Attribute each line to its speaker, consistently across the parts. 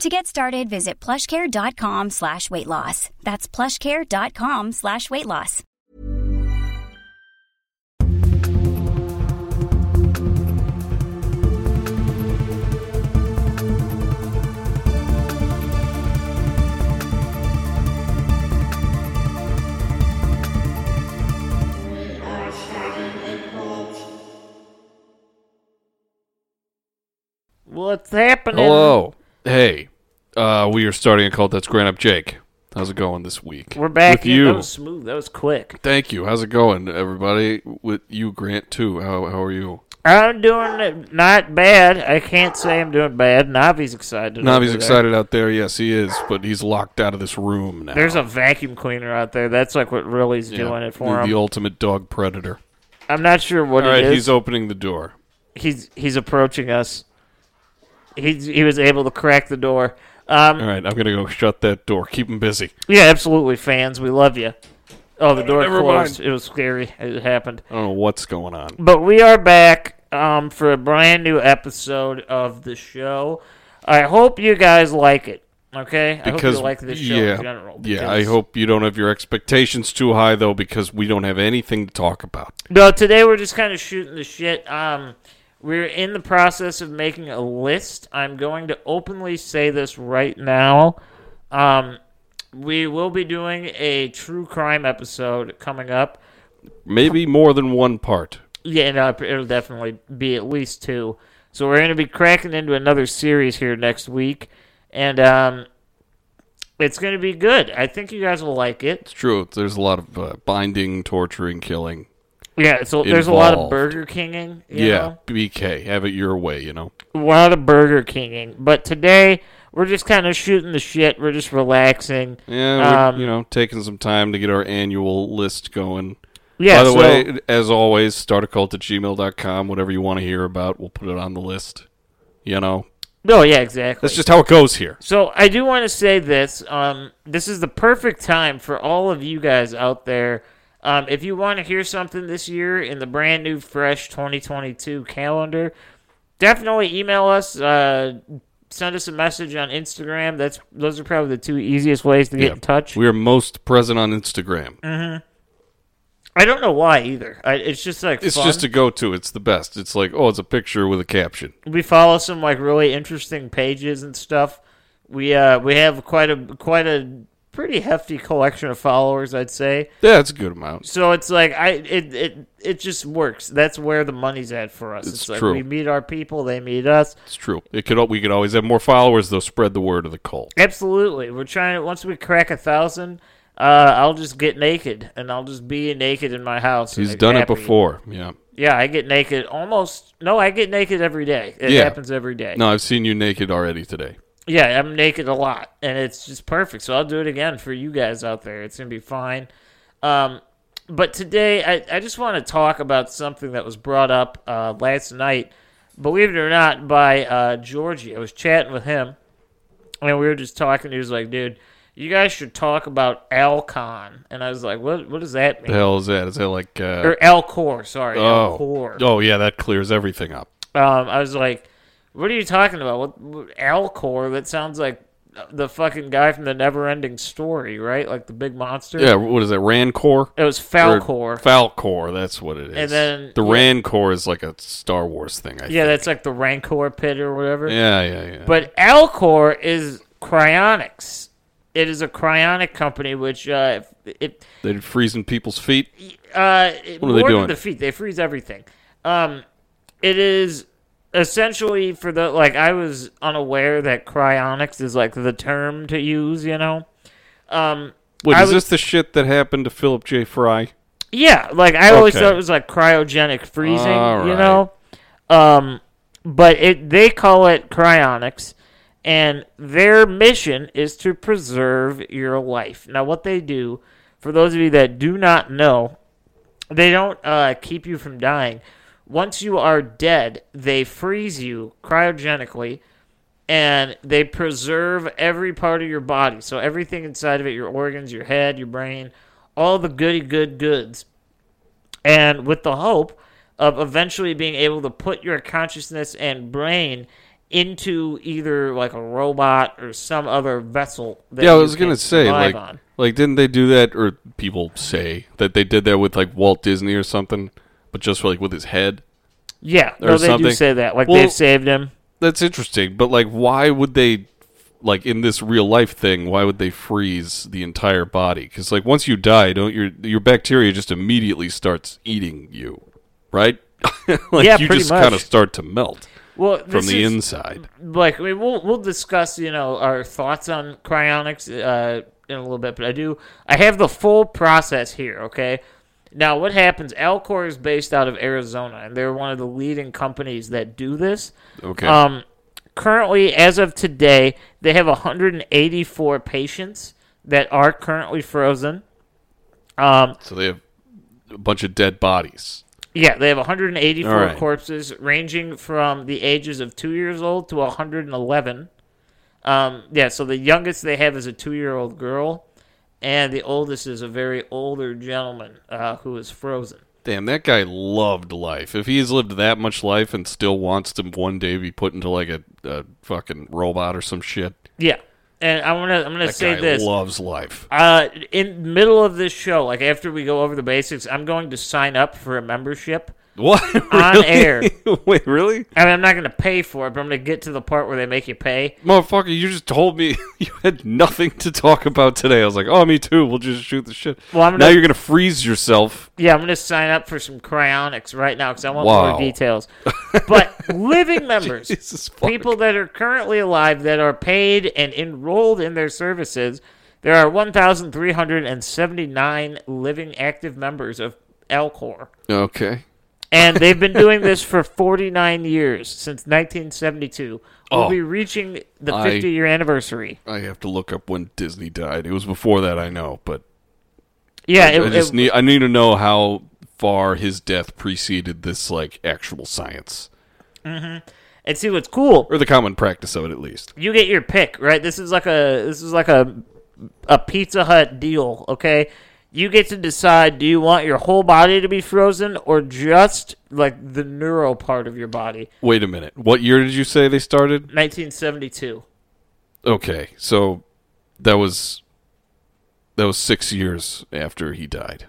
Speaker 1: To get started, visit plushcare.com slash weight loss. That's plushcare.com slash weight loss.
Speaker 2: What's happening?
Speaker 3: Hello. Hey. Uh, we are starting a cult that's Grant Up Jake. How's it going this week?
Speaker 2: We're back.
Speaker 3: With
Speaker 2: in.
Speaker 3: you.
Speaker 2: That was smooth. That was quick.
Speaker 3: Thank you. How's it going, everybody? With you, Grant, too. How, how are you?
Speaker 2: I'm doing it- not bad. I can't say I'm doing bad. Navi's excited. over
Speaker 3: Navi's
Speaker 2: there.
Speaker 3: excited out there. Yes, he is, but he's locked out of this room now.
Speaker 2: There's a vacuum cleaner out there. That's like what really's
Speaker 3: Yeah,
Speaker 2: doing it for
Speaker 3: the,
Speaker 2: him.
Speaker 3: the ultimate dog predator.
Speaker 2: I'm not sure what
Speaker 3: All
Speaker 2: it
Speaker 3: right,
Speaker 2: is.
Speaker 3: he's opening the door.
Speaker 2: he's he's approaching us. He's he was able to crack the door. Um,
Speaker 3: All right, I'm gonna go shut that door. Keep him busy.
Speaker 2: yeah, absolutely, fans. We love you. Oh, the door
Speaker 3: Uh, Never
Speaker 2: closed.
Speaker 3: mind.
Speaker 2: It was scary. It happened.
Speaker 3: I don't know what's going on.
Speaker 2: But we are back um, for a brand new episode of the show. I hope you guys like it. Okay, I hope
Speaker 3: Because
Speaker 2: you like the show
Speaker 3: yeah,
Speaker 2: in general.
Speaker 3: yeah. I
Speaker 2: because-
Speaker 3: hope you don't have your expectations too high though, because we don't have anything to talk about.
Speaker 2: No, today we're just kind of shooting the shit. Um, we're in the process of making a list. I'm going to openly say this right now. Um, we will be doing a true crime episode coming up.
Speaker 3: Maybe more than one part.
Speaker 2: Yeah, no, it'll definitely be at least two. So we're going to be cracking into another series here next week, and um, it's going to be good. I think you guys will like it.
Speaker 3: It's true. There's a lot of uh, binding, torturing, killing.
Speaker 2: Yeah, so there's a lot of
Speaker 3: Involved.
Speaker 2: Burger Kinging. You
Speaker 3: Yeah,
Speaker 2: know?
Speaker 3: BK, have it your way. You know.
Speaker 2: a lot of Burger Kinging. But today we're just kind of shooting the shit. We're just relaxing.
Speaker 3: Yeah,
Speaker 2: Um,
Speaker 3: we're you know, taking some time to get our annual list going.
Speaker 2: Yeah.
Speaker 3: By the
Speaker 2: so,
Speaker 3: way, as always, startacult at gmail.com. Whatever you want to hear about, we'll put it on the list. You know,
Speaker 2: no, Oh, yeah, exactly.
Speaker 3: that's just how it goes here.
Speaker 2: So I do want to say this. Um, this is the perfect time for all of you guys out there. Um, if you want to hear something this year in the brand new, fresh 2022 calendar, definitely email us. Uh, send us a message on Instagram. That's those are probably the two easiest ways to get in touch. Mm,
Speaker 3: We are most present on Instagram.
Speaker 2: I don't know why either. I, it's just like
Speaker 3: It's
Speaker 2: fun.
Speaker 3: just a go to. It's the best. It's like, oh, it's a picture with a caption.
Speaker 2: we follow some like really interesting pages and stuff. We uh we have quite a quite a pretty hefty collection of followers, I'd say.
Speaker 3: Yeah, it's a good amount.
Speaker 2: So it's like I it it it just works. That's where the money's at for us.
Speaker 3: It's
Speaker 2: like
Speaker 3: true.
Speaker 2: we meet our people, they meet us.
Speaker 3: It's true. It could. al- We could always have more followers, though. Spread the word of the cult.
Speaker 2: Absolutely. We're trying once we crack a thousand, uh I'll just get naked and I'll just be naked in my house. and
Speaker 3: He's done
Speaker 2: happy.
Speaker 3: it before. Yeah.
Speaker 2: Yeah, I get naked almost no, I get naked every day. It
Speaker 3: Yeah.
Speaker 2: happens every day.
Speaker 3: No, I've seen you naked already today.
Speaker 2: Yeah, I'm naked a lot, and it's just perfect. So I'll do it again for you guys out there. It's gonna be fine. Um, but today, I, I just want to talk about something that was brought up uh, last night, believe it or not, by uh, Georgie. I was chatting with him, and we were just talking. He was like, "Dude, you guys should talk about Alcon," and I was like, "What? What does that
Speaker 3: The
Speaker 2: mean?"
Speaker 3: hell is that? Is that like? Uh,
Speaker 2: Or Alcor, sorry,
Speaker 3: oh,
Speaker 2: Alcor.
Speaker 3: oh yeah, that clears everything up.
Speaker 2: Um, I was like, "What are you talking about? What, what Alcor? That sounds like the fucking guy from the Neverending Story, right? Like the big monster."
Speaker 3: Yeah, what is that? Rancor.
Speaker 2: It was
Speaker 3: Or
Speaker 2: Falcor.
Speaker 3: Falcor, that's what it is.
Speaker 2: And then-
Speaker 3: the
Speaker 2: yeah.
Speaker 3: Rancor is like a Star Wars thing. I
Speaker 2: yeah,
Speaker 3: think.
Speaker 2: that's like the Rancor pit or whatever.
Speaker 3: yeah, yeah, yeah.
Speaker 2: But Alcor is cryonics. It is a cryonic company, which uh, it
Speaker 3: They're freezing people's feet.
Speaker 2: uh, it-
Speaker 3: What are they
Speaker 2: more
Speaker 3: doing?
Speaker 2: than the feet. They freeze everything. Um, it is essentially for the like. I was unaware that cryonics is like the term to use. You know. Um,
Speaker 3: Wait,
Speaker 2: I
Speaker 3: is
Speaker 2: would-
Speaker 3: this the shit that happened to Philip J. Fry?
Speaker 2: yeah, like I always
Speaker 3: Okay.
Speaker 2: thought it was like cryogenic freezing,
Speaker 3: All
Speaker 2: you
Speaker 3: right.
Speaker 2: know. Um, but it they call it cryonics, and their mission is to preserve your life. Now, what they do, for those of you that do not know, they don't uh, keep you from dying. Once you are dead, they freeze you cryogenically and they preserve every part of your body. So everything inside of it, your organs, your head, your brain, all the goody good goods. And with the hope of eventually being able to put your consciousness and brain into either like a robot or some other vessel. That
Speaker 3: yeah, I
Speaker 2: you
Speaker 3: was gonna
Speaker 2: can
Speaker 3: say
Speaker 2: survive
Speaker 3: like
Speaker 2: on.
Speaker 3: like didn't they do that or people say that they did that with like Walt Disney or something, but just like with his head.
Speaker 2: yeah,
Speaker 3: or
Speaker 2: no, they
Speaker 3: something.
Speaker 2: do say that. Like
Speaker 3: Well-
Speaker 2: they've saved him.
Speaker 3: That's interesting, but like why would they like in this real life thing, why would they freeze the entire body? Cuz like once you die, don't your your bacteria just immediately starts eating you, right? like
Speaker 2: Yeah,
Speaker 3: you
Speaker 2: pretty
Speaker 3: just
Speaker 2: much.
Speaker 3: kind of start to melt
Speaker 2: Well,
Speaker 3: from
Speaker 2: this
Speaker 3: the
Speaker 2: is-
Speaker 3: inside.
Speaker 2: like we we'll we'll discuss you know our thoughts on cryonics uh, in a little bit, but I do I have the full process here. Okay, now what happens? Alcor is based out of Arizona, and they're one of the leading companies that do this.
Speaker 3: Okay.
Speaker 2: Um, currently, as of today, they have 184 patients that are currently frozen. Um,
Speaker 3: so they have a bunch of dead bodies.
Speaker 2: yeah, they have 184
Speaker 3: All right.
Speaker 2: corpses ranging from the ages of two years old to 111. Um, yeah, so the youngest they have is a two year old girl, and the oldest is a very older gentleman uh, who is frozen.
Speaker 3: Damn, that guy loved life. If he's lived that much life and still wants to one day be put into like a, a fucking robot or some shit,
Speaker 2: Yeah, and I'm gonna I'm gonna
Speaker 3: that
Speaker 2: say
Speaker 3: guy
Speaker 2: this.
Speaker 3: loves life.
Speaker 2: Uh, in middle of this show, like after we go over the basics, I'm going to sign up for a membership.
Speaker 3: What
Speaker 2: On
Speaker 3: Really?
Speaker 2: air.
Speaker 3: Wait, really,
Speaker 2: I mean, I'm not going to pay for it, but I'm going to get to the part where they make you pay.
Speaker 3: motherfucker? You just told me you had nothing to talk about today. I was like, oh, me too. We'll just shoot the shit.
Speaker 2: Well, I'm
Speaker 3: now
Speaker 2: gonna-
Speaker 3: you're gonna freeze yourself.
Speaker 2: Yeah, I'm going to sign up for some cryonics right now because I want
Speaker 3: Wow.
Speaker 2: more details. But living members,
Speaker 3: Jesus fuck.
Speaker 2: people that are currently alive that are paid and enrolled in their services, there are 1,379 living active members of Alcor.
Speaker 3: Okay.
Speaker 2: And they've been doing this for 49 years, since 1972. We'll
Speaker 3: Oh.
Speaker 2: be reaching the
Speaker 3: I-
Speaker 2: 50 year anniversary.
Speaker 3: I have to look up when Disney died. It was before that, I know, but
Speaker 2: Yeah,
Speaker 3: I
Speaker 2: it,
Speaker 3: just
Speaker 2: it-
Speaker 3: need I need to know how far his death preceded this like actual science
Speaker 2: and see what's cool.
Speaker 3: or the common practice of it at least.
Speaker 2: you get your pick, right? This is like a this is like a a Pizza Hut deal, okay? You get to decide do you want your whole body to be frozen or just like the neural part of your body.
Speaker 3: Wait a minute. What year did you say they started?
Speaker 2: 1972.
Speaker 3: Okay. So that was that was 6 years after he died.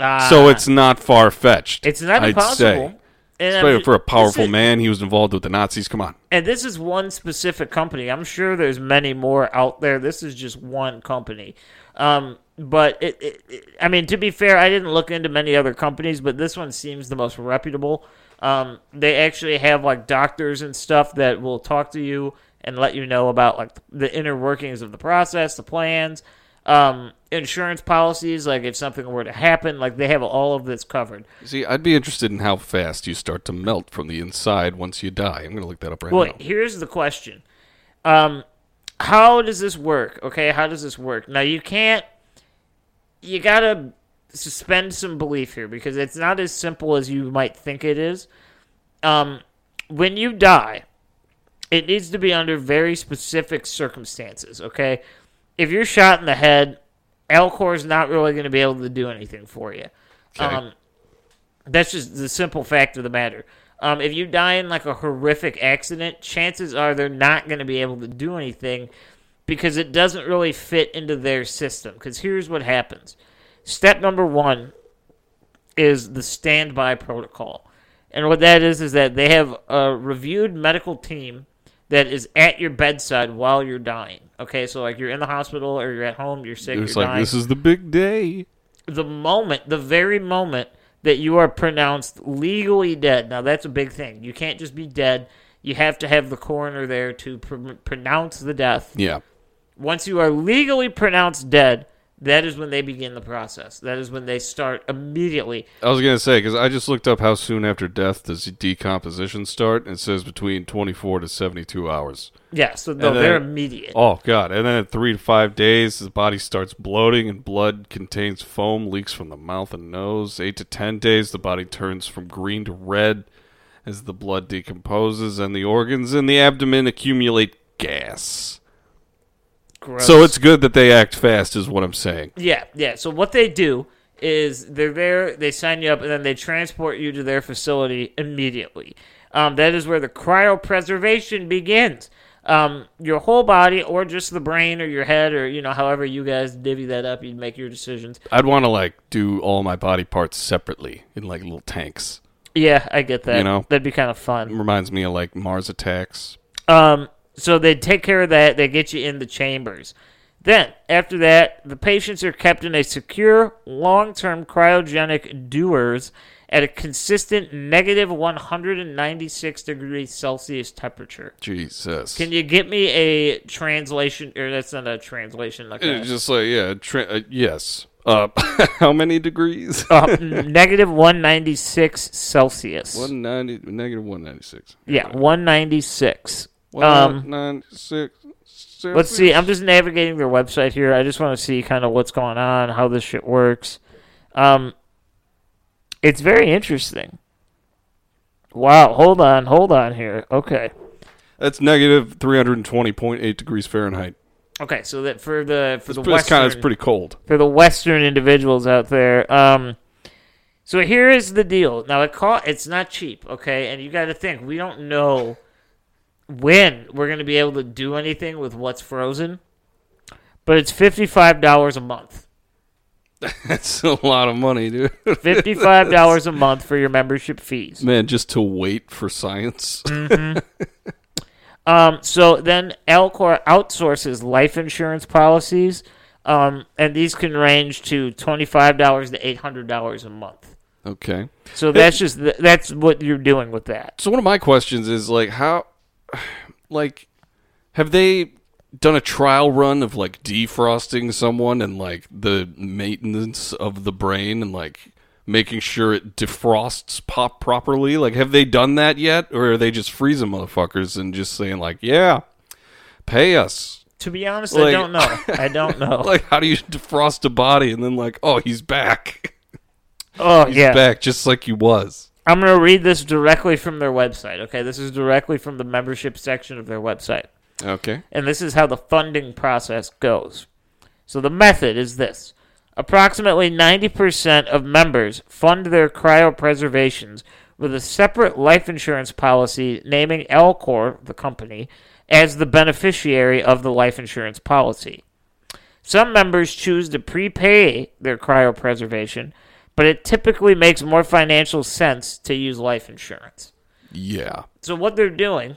Speaker 2: Uh,
Speaker 3: so it's not far fetched.
Speaker 2: it's not
Speaker 3: I'd
Speaker 2: impossible.
Speaker 3: Say.
Speaker 2: And I'm
Speaker 3: Especially
Speaker 2: ju-
Speaker 3: for a powerful
Speaker 2: this is-
Speaker 3: man, he was involved with the Nazis. Come on.
Speaker 2: And this is one specific company. I'm sure there's many more out there. This is just one company. Um, but it, it, it- I mean, to be fair, I didn't look into many other companies, but this one seems the most reputable. Um, they actually have like doctors and stuff that will talk to you and let you know about like the inner workings of the process, the plans, um, insurance policies. Like if something were to happen, like they have all of this covered.
Speaker 3: See, I'd be interested in how fast you start to melt from the inside once you die. I'm going to look that up right
Speaker 2: Well,
Speaker 3: now.
Speaker 2: here's the question. Um, how does this work? Okay, how does this work? Now you can't. You gotta suspend some belief here because it's not as simple as you might think it is. Um, when you die, it needs to be under very specific circumstances. Okay, if you're shot in the head, Alcor's not really going to be able to do anything for you.
Speaker 3: Okay.
Speaker 2: Um, that's just the simple fact of the matter. Um, if you die in like a horrific accident, chances are they're not going to be able to do anything because it doesn't really fit into their system. Because here's what happens step number one is the standby protocol. And what that is is that they have a reviewed medical team that is at your bedside while you're dying. Okay, so like you're in the hospital or you're at home, you're sick,
Speaker 3: It was
Speaker 2: you're
Speaker 3: like
Speaker 2: dying.
Speaker 3: this is the big day.
Speaker 2: the moment, the very moment that you are pronounced legally dead. Now that's a big thing. You can't just be dead. You have to have the coroner there to pr- pronounce the death
Speaker 3: Yeah.
Speaker 2: once you are legally pronounced dead, that is when they begin the process. That is when they start immediately.
Speaker 3: I was gonna say because I just looked up how soon after death does decomposition start. and It says between 24 to 72 hours.
Speaker 2: Yeah, so no,
Speaker 3: And then-
Speaker 2: they're immediate.
Speaker 3: Oh god! And then at three to five days, the body starts bloating and blood contains foam, leaks from the mouth and nose. Eight to ten days, the body turns from green to red as the blood decomposes and the organs in the abdomen accumulate gas.
Speaker 2: Gross.
Speaker 3: So it's good that they act fast, is what I'm saying.
Speaker 2: yeah, yeah. So what they do is they're there, they sign you up, and then they transport you to their facility immediately. Um, that is where the cryopreservation begins. Um, your whole body, or just the brain, or your head, or you know, however you guys divvy that up, you make your decisions.
Speaker 3: I'd want to like do all my body parts separately in like little tanks.
Speaker 2: Yeah, I get that.
Speaker 3: You know.
Speaker 2: that'd be kind of fun.
Speaker 3: Reminds me of like Mars attacks.
Speaker 2: Um, so they take care of that. They get you in the chambers. Then, after that, the patients are kept in a secure, long term cryogenic dewars at a consistent negative 196 degrees Celsius temperature.
Speaker 3: Jesus.
Speaker 2: Can you get me a translation? Or that's not a translation. Like
Speaker 3: It's
Speaker 2: a,
Speaker 3: just like yeah, tra- uh, yes. Uh, how many degrees?
Speaker 2: uh, negative 196 Celsius.
Speaker 3: One ninety negative one ninety six.
Speaker 2: yeah, 196. um,
Speaker 3: One ninety six.
Speaker 2: Let's see. I'm just navigating their website here. I just want to see kind of what's going on, how this shit works. Um, it's very interesting. Wow. Hold on. Hold on here. Okay.
Speaker 3: That's negative three hundred and twenty point eight degrees Fahrenheit.
Speaker 2: Okay. So that for the for
Speaker 3: It's,
Speaker 2: the
Speaker 3: pre- it's
Speaker 2: western
Speaker 3: kind of it's pretty cold.
Speaker 2: for the western individuals out there. Um, so here is the deal. Now it cost. It's not cheap. Okay, and you got to think. We don't know when we're going to be able to do anything with what's frozen, but it's fifty five dollars a month.
Speaker 3: That's a lot of money, dude.
Speaker 2: Fifty-five dollars a month for your membership fees.
Speaker 3: Man, just to wait for science.
Speaker 2: Um, so then Alcor outsources life insurance policies, um, and these can range to twenty-five dollars to eight hundred dollars a month.
Speaker 3: okay.
Speaker 2: So that's just th- that's what you're doing with that.
Speaker 3: So one of my questions is like how, like, have they done a trial run of like defrosting someone and like the maintenance of the brain and like making sure it defrosts pop properly? Like, have they done that yet, or are they just freezing motherfuckers and just saying like, yeah, pay us?
Speaker 2: To be honest, I
Speaker 3: Like-
Speaker 2: don't know. I don't know.
Speaker 3: Like, how do you defrost a body and then like, oh, he's back,
Speaker 2: oh
Speaker 3: he's
Speaker 2: yeah,
Speaker 3: back, just like he was.
Speaker 2: I'm gonna read this directly from their website. Okay, this is directly from the membership section of their website.
Speaker 3: Okay.
Speaker 2: and this is how the funding process goes. So the method is this. Approximately 90% of members fund their cryopreservations with a separate life insurance policy naming Alcor, the company, as the beneficiary of the life insurance policy. Some members choose to prepay their cryopreservation, but it typically makes more financial sense to use life insurance.
Speaker 3: Yeah.
Speaker 2: So what they're doing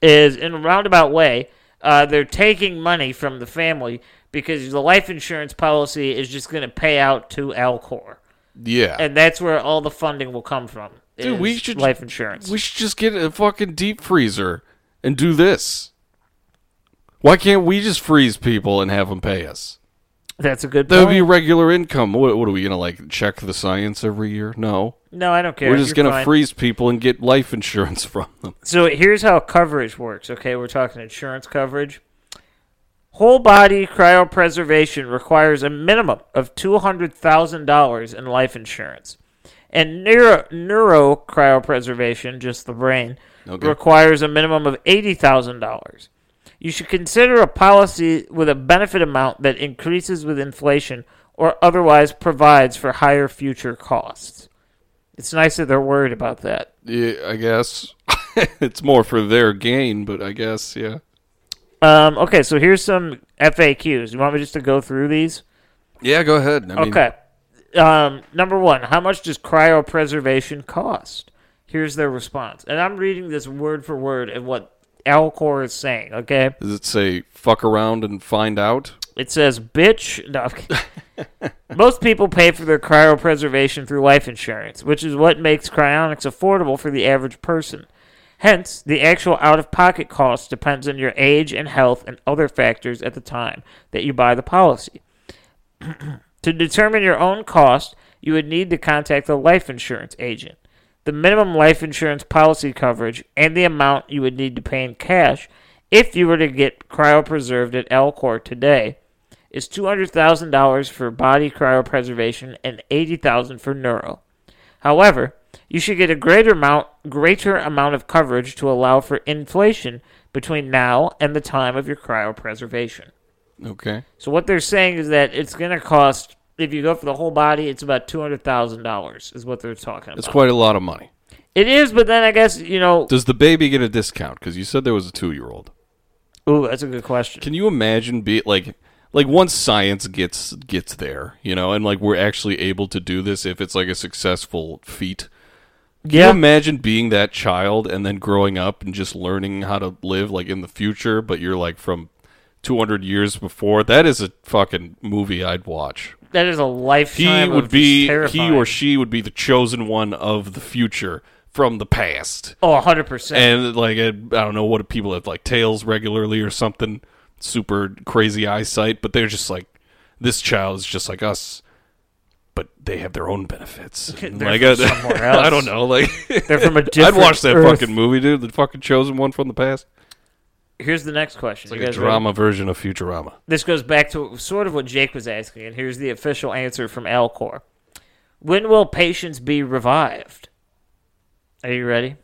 Speaker 2: is, in a roundabout way, uh, they're taking money from the family because the life insurance policy is just going to pay out to Alcor,
Speaker 3: Yeah.
Speaker 2: and that's where all the funding will come from.
Speaker 3: Dude,
Speaker 2: is
Speaker 3: we should-
Speaker 2: life insurance.
Speaker 3: We should just get a fucking deep freezer and do this. Why can't we just freeze people and have them pay us?
Speaker 2: that's a good.
Speaker 3: That
Speaker 2: Point.
Speaker 3: would be regular income. What, what are we gonna like check the science every year? No,
Speaker 2: no, I don't care.
Speaker 3: we're just
Speaker 2: You're
Speaker 3: gonna
Speaker 2: fine.
Speaker 3: freeze people and get life insurance from them.
Speaker 2: So here's how coverage works. Okay, we're talking insurance coverage. Whole body cryopreservation requires a minimum of two hundred thousand dollars in life insurance, and neuro neuro cryopreservation, just the brain,
Speaker 3: Okay.
Speaker 2: requires a minimum of eighty thousand dollars. You should consider a policy with a benefit amount that increases with inflation or otherwise provides for higher future costs. It's nice that they're worried about that.
Speaker 3: Yeah, I guess it's more for their gain, but I guess yeah.
Speaker 2: Um, okay, so here's some FAQs. You want me just to go through these?
Speaker 3: Yeah, go ahead. I mean,
Speaker 2: Okay. Um, number one, how much does cryopreservation cost? Here's their response. And I'm reading this word for word of what Alcor is saying, okay?
Speaker 3: Does it say fuck around and find out?
Speaker 2: It says, bitch. No, okay. Most people pay for their cryopreservation through life insurance, which is what makes cryonics affordable for the average person. Hence, the actual out of pocket cost depends on your age and health and other factors at the time that you buy the policy. to determine your own cost, you would need to contact the life insurance agent. The minimum life insurance policy coverage and the amount you would need to pay in cash if you were to get cryopreserved at Alcor today is $200,000 for body cryopreservation and 80,000 for neuro. However, you should get a greater amount greater amount of coverage to allow for inflation between now and the time of your cryopreservation.
Speaker 3: Okay.
Speaker 2: So what they're saying is that it's going to cost if you go for the whole body, it's about two hundred thousand dollars, is what they're talking
Speaker 3: That's
Speaker 2: about.
Speaker 3: quite a lot of money.
Speaker 2: it is, but then I guess you know.
Speaker 3: Does the baby get a discount? Because you said there was a two year old.
Speaker 2: Ooh, that's a good question.
Speaker 3: Can you imagine be like like once science gets gets there, you know, and like we're actually able to do this if it's like a successful feat. Can you
Speaker 2: yeah,
Speaker 3: imagine being that child and then growing up and just learning how to live like in the future, but you're like from 200 years before? That is a fucking movie I'd watch.
Speaker 2: that is a
Speaker 3: He
Speaker 2: lifetime. of
Speaker 3: would
Speaker 2: just
Speaker 3: be he
Speaker 2: terrifying.
Speaker 3: or she would be the chosen one of the future from the past.
Speaker 2: Oh, hundred percent.
Speaker 3: And like I I don't know what people have like tails regularly or something, super crazy eyesight, but they're just like this child is just like us, but they have their own benefits. And,
Speaker 2: They're
Speaker 3: like,
Speaker 2: from
Speaker 3: I-
Speaker 2: somewhere
Speaker 3: I
Speaker 2: else.
Speaker 3: don't know, like
Speaker 2: They're from a different.
Speaker 3: I'd watch that
Speaker 2: Earth.
Speaker 3: fucking movie, dude. The fucking chosen one from the past.
Speaker 2: Here's the next question.
Speaker 3: It's like
Speaker 2: You
Speaker 3: a
Speaker 2: guys ready?
Speaker 3: drama version of Futurama.
Speaker 2: This goes back to sort of what Jake was asking, and here's the official answer from Alcor. When will patients be revived? Are you ready?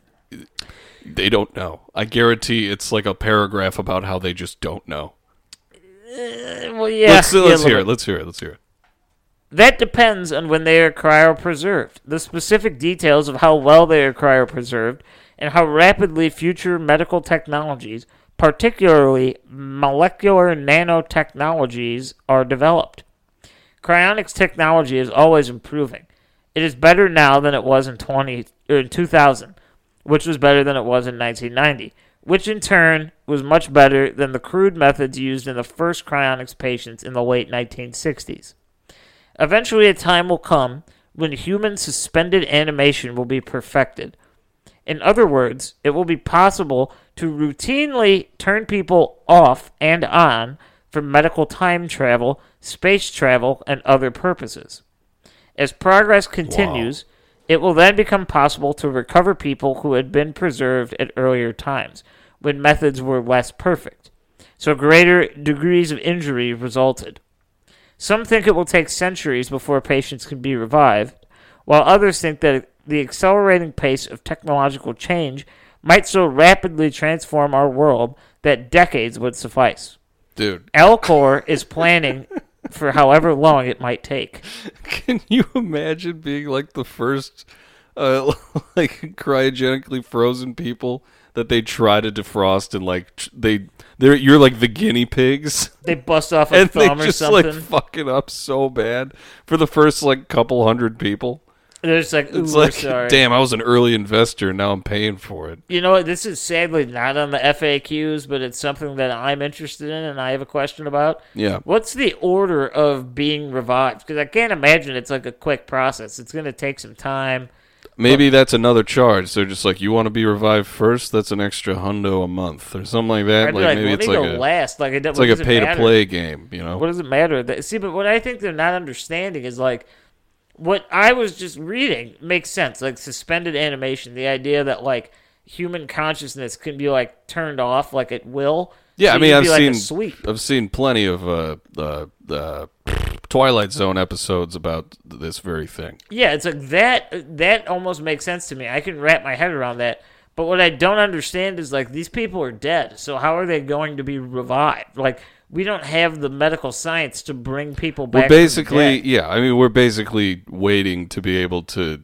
Speaker 3: They don't know. I guarantee it's like a paragraph about how they just don't know.
Speaker 2: Uh, Well, yeah.
Speaker 3: let's
Speaker 2: yeah, a
Speaker 3: let's
Speaker 2: little
Speaker 3: hear it. Let's hear it. Let's hear it.
Speaker 2: That depends on when they are cryopreserved. The specific details of how well they are cryopreserved and how rapidly future medical technologies, particularly molecular nanotechnologies, are developed. Cryonics technology is always improving. It is better now than it was in 20 or in 2000, which was better than it was in 1990, which in turn was much better than the crude methods used in the first cryonics patients in the late 1960s. Eventually, a time will come when human suspended animation will be perfected. In other words, it will be possible to routinely turn people off and on for medical time travel, space travel, and other purposes. As progress continues, it will then become possible to recover people who had been preserved at earlier times, when methods were less perfect. So greater degrees of injury resulted. Some think it will take centuries before patients can be revived, while others think that the accelerating pace of technological change might so rapidly transform our world that decades would suffice.
Speaker 3: Dude,
Speaker 2: Alcor is planning for however long it might take.
Speaker 3: can you imagine being like the first uh, like cryogenically frozen people that they try to defrost and like tr- they they're you're like the guinea pigs
Speaker 2: They bust off a
Speaker 3: and they
Speaker 2: thumb or
Speaker 3: just
Speaker 2: something.
Speaker 3: like fucking up so bad for the first like couple hundred people.
Speaker 2: They're just like, Ooh,
Speaker 3: It's
Speaker 2: we're
Speaker 3: like,
Speaker 2: sorry.
Speaker 3: damn, I was an early investor, and now I'm paying for it.
Speaker 2: You know what? This is sadly not on the FAQs, but it's something that I'm interested in and I have a question about.
Speaker 3: Yeah.
Speaker 2: What's the order of being revived? Because I can't imagine it's like a quick process. It's going to take some time.
Speaker 3: Maybe that's another charge. They're just like, you want to be revived first? That's an extra hundo a month or something like that.
Speaker 2: I'd be
Speaker 3: Like,
Speaker 2: like,
Speaker 3: maybe
Speaker 2: let
Speaker 3: it's
Speaker 2: me
Speaker 3: like
Speaker 2: go
Speaker 3: a,
Speaker 2: last. Like, it,
Speaker 3: it's like a pay to play game, you know?
Speaker 2: What does it matter? That- See, but what I think they're not understanding is like what I was just reading makes sense. Like suspended animation, the idea that like human consciousness can be like turned off, like at will.
Speaker 3: yeah,
Speaker 2: So
Speaker 3: I
Speaker 2: you
Speaker 3: mean,
Speaker 2: could
Speaker 3: I've
Speaker 2: be, like,
Speaker 3: seen
Speaker 2: asleep.
Speaker 3: I've seen plenty of uh, uh, uh, Twilight Zone episodes about this very thing.
Speaker 2: Yeah, it's like that. That almost makes sense to me. I can wrap my head around that. But what I don't understand is like these people are dead. So how are they going to be revived? Like we don't have the medical science to bring people back.
Speaker 3: We're
Speaker 2: from the
Speaker 3: basically,
Speaker 2: dead.
Speaker 3: yeah, I mean, we're basically waiting to be able to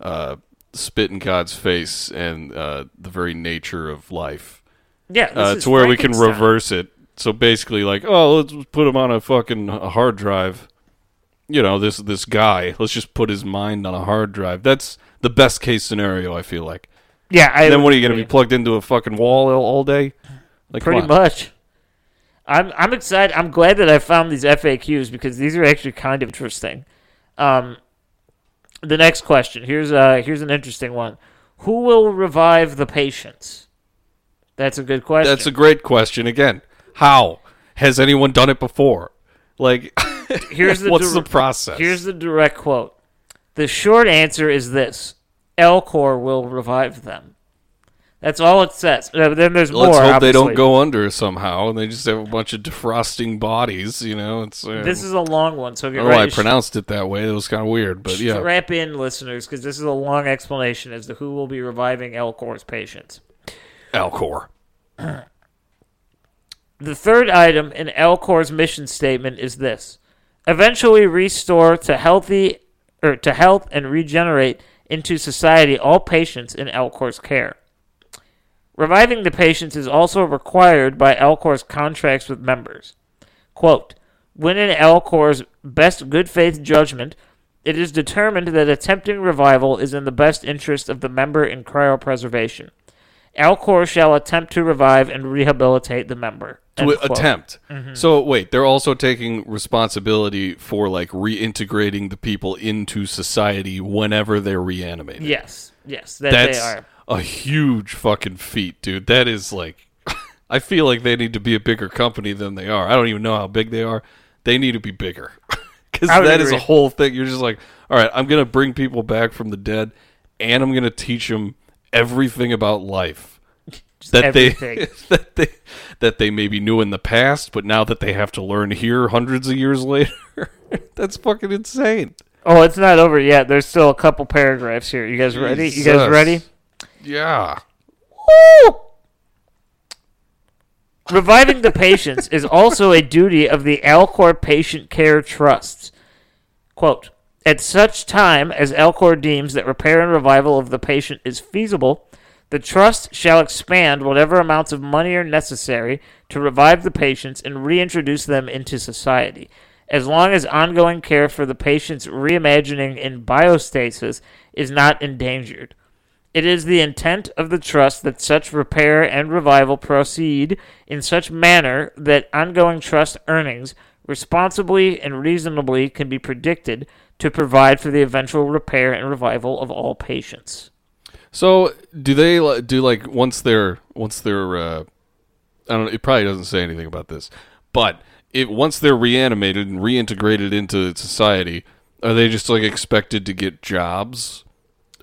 Speaker 3: uh, spit in God's face and uh, the very nature of life.
Speaker 2: yeah, this
Speaker 3: uh,
Speaker 2: is
Speaker 3: to where we can
Speaker 2: Frankenstein.
Speaker 3: reverse it. So basically, like, oh, let's put him on a fucking a hard drive. You know, this this guy. Let's just put his mind on a hard drive. That's the best case scenario. I feel like
Speaker 2: Yeah, I
Speaker 3: And then what are you going to be plugged into a fucking wall all, all day? Like
Speaker 2: pretty
Speaker 3: come on.
Speaker 2: much. I'm I'm excited. I'm glad that I found these FAQs because these are actually kind of interesting. Um, the next question here's uh here's an interesting one. Who will revive the patients? That's a good question.
Speaker 3: That's a great question. Again, how has anyone done it before? Like,
Speaker 2: here's the
Speaker 3: what's
Speaker 2: dir-
Speaker 3: the process?
Speaker 2: Here's the direct quote. The short answer is this: Elcor will revive them. That's all it says. Uh, then there's
Speaker 3: Let's
Speaker 2: more.
Speaker 3: hope they
Speaker 2: obviously.
Speaker 3: don't go under somehow, and they just have a bunch of defrosting bodies. You know, it's uh,
Speaker 2: This is a long one, so
Speaker 3: I
Speaker 2: get
Speaker 3: don't know why Oh, I
Speaker 2: ready. to
Speaker 3: pronounced it that way. It was kind of weird, but yeah.
Speaker 2: Strap in, listeners, because this is a long explanation as to who will be reviving Elcor's patients.
Speaker 3: Alcor.
Speaker 2: The third item in Elcor's mission statement is this: eventually restore to healthy or to health and regenerate into society all patients in Elcor's care. Reviving the patients is also required by Elcor's contracts with members. Quote, when in Elcor's best good faith judgment, it is determined that attempting revival is in the best interest of the member in cryopreservation. Alcor shall attempt to revive and rehabilitate the member. End
Speaker 3: To
Speaker 2: quote. Mm-hmm.
Speaker 3: attempt. So wait, they're also taking responsibility for like reintegrating the people into society whenever they're reanimated.
Speaker 2: Yes, yes, that
Speaker 3: that's
Speaker 2: they are.
Speaker 3: a huge fucking feat, dude. That is like, I feel like they need to be a bigger company than they are. I don't even know how big they are. They need to be bigger because
Speaker 2: I would
Speaker 3: that is
Speaker 2: agree.
Speaker 3: a whole thing. You're just like, all right, I'm gonna bring people back from the dead, and I'm gonna teach them everything about life that
Speaker 2: everything.
Speaker 3: they that they that they maybe knew in the past, but now that they have to learn here hundreds of years later. That's fucking insane.
Speaker 2: Oh, it's not over yet. There's still a couple paragraphs here. You guys ready? You guys
Speaker 3: Jesus.
Speaker 2: ready?
Speaker 3: Yeah.
Speaker 2: Reviving the patients is also a duty of the Alcor Patient Care Trusts. Quote At such time as Alcor deems that repair and revival of the patient is feasible, the trust shall expand whatever amounts of money are necessary to revive the patients and reintroduce them into society. As long as ongoing care for the patient's reimagining in biostasis is not endangered. It is the intent of the trust that such repair and revival proceed in such manner that ongoing trust earnings responsibly and reasonably can be predicted to provide for the eventual repair and revival of all patients.
Speaker 3: So do they li- do like once they're once they're uh, I don't know, it probably doesn't say anything about this, but it once they're reanimated and reintegrated into society, are they just like expected to get jobs?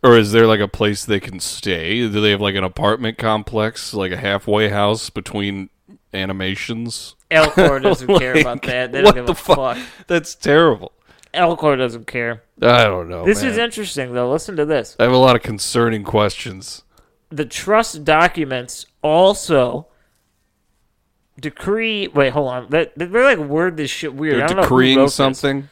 Speaker 3: Or is there like a place they can stay? Do they have like an apartment complex, like a halfway house between animations?
Speaker 2: Elcor doesn't care about
Speaker 3: Like,
Speaker 2: that. They don't
Speaker 3: what
Speaker 2: give
Speaker 3: the
Speaker 2: a fuck.
Speaker 3: That's terrible.
Speaker 2: Elcor doesn't care.
Speaker 3: I don't know.
Speaker 2: This is
Speaker 3: man.
Speaker 2: interesting, though. Listen to this.
Speaker 3: I have a lot of concerning questions.
Speaker 2: the trust documents also decree. Wait, hold on. They- They they like word this shit weird.
Speaker 3: They're
Speaker 2: I don't know who wrote
Speaker 3: decreeing
Speaker 2: this.
Speaker 3: something.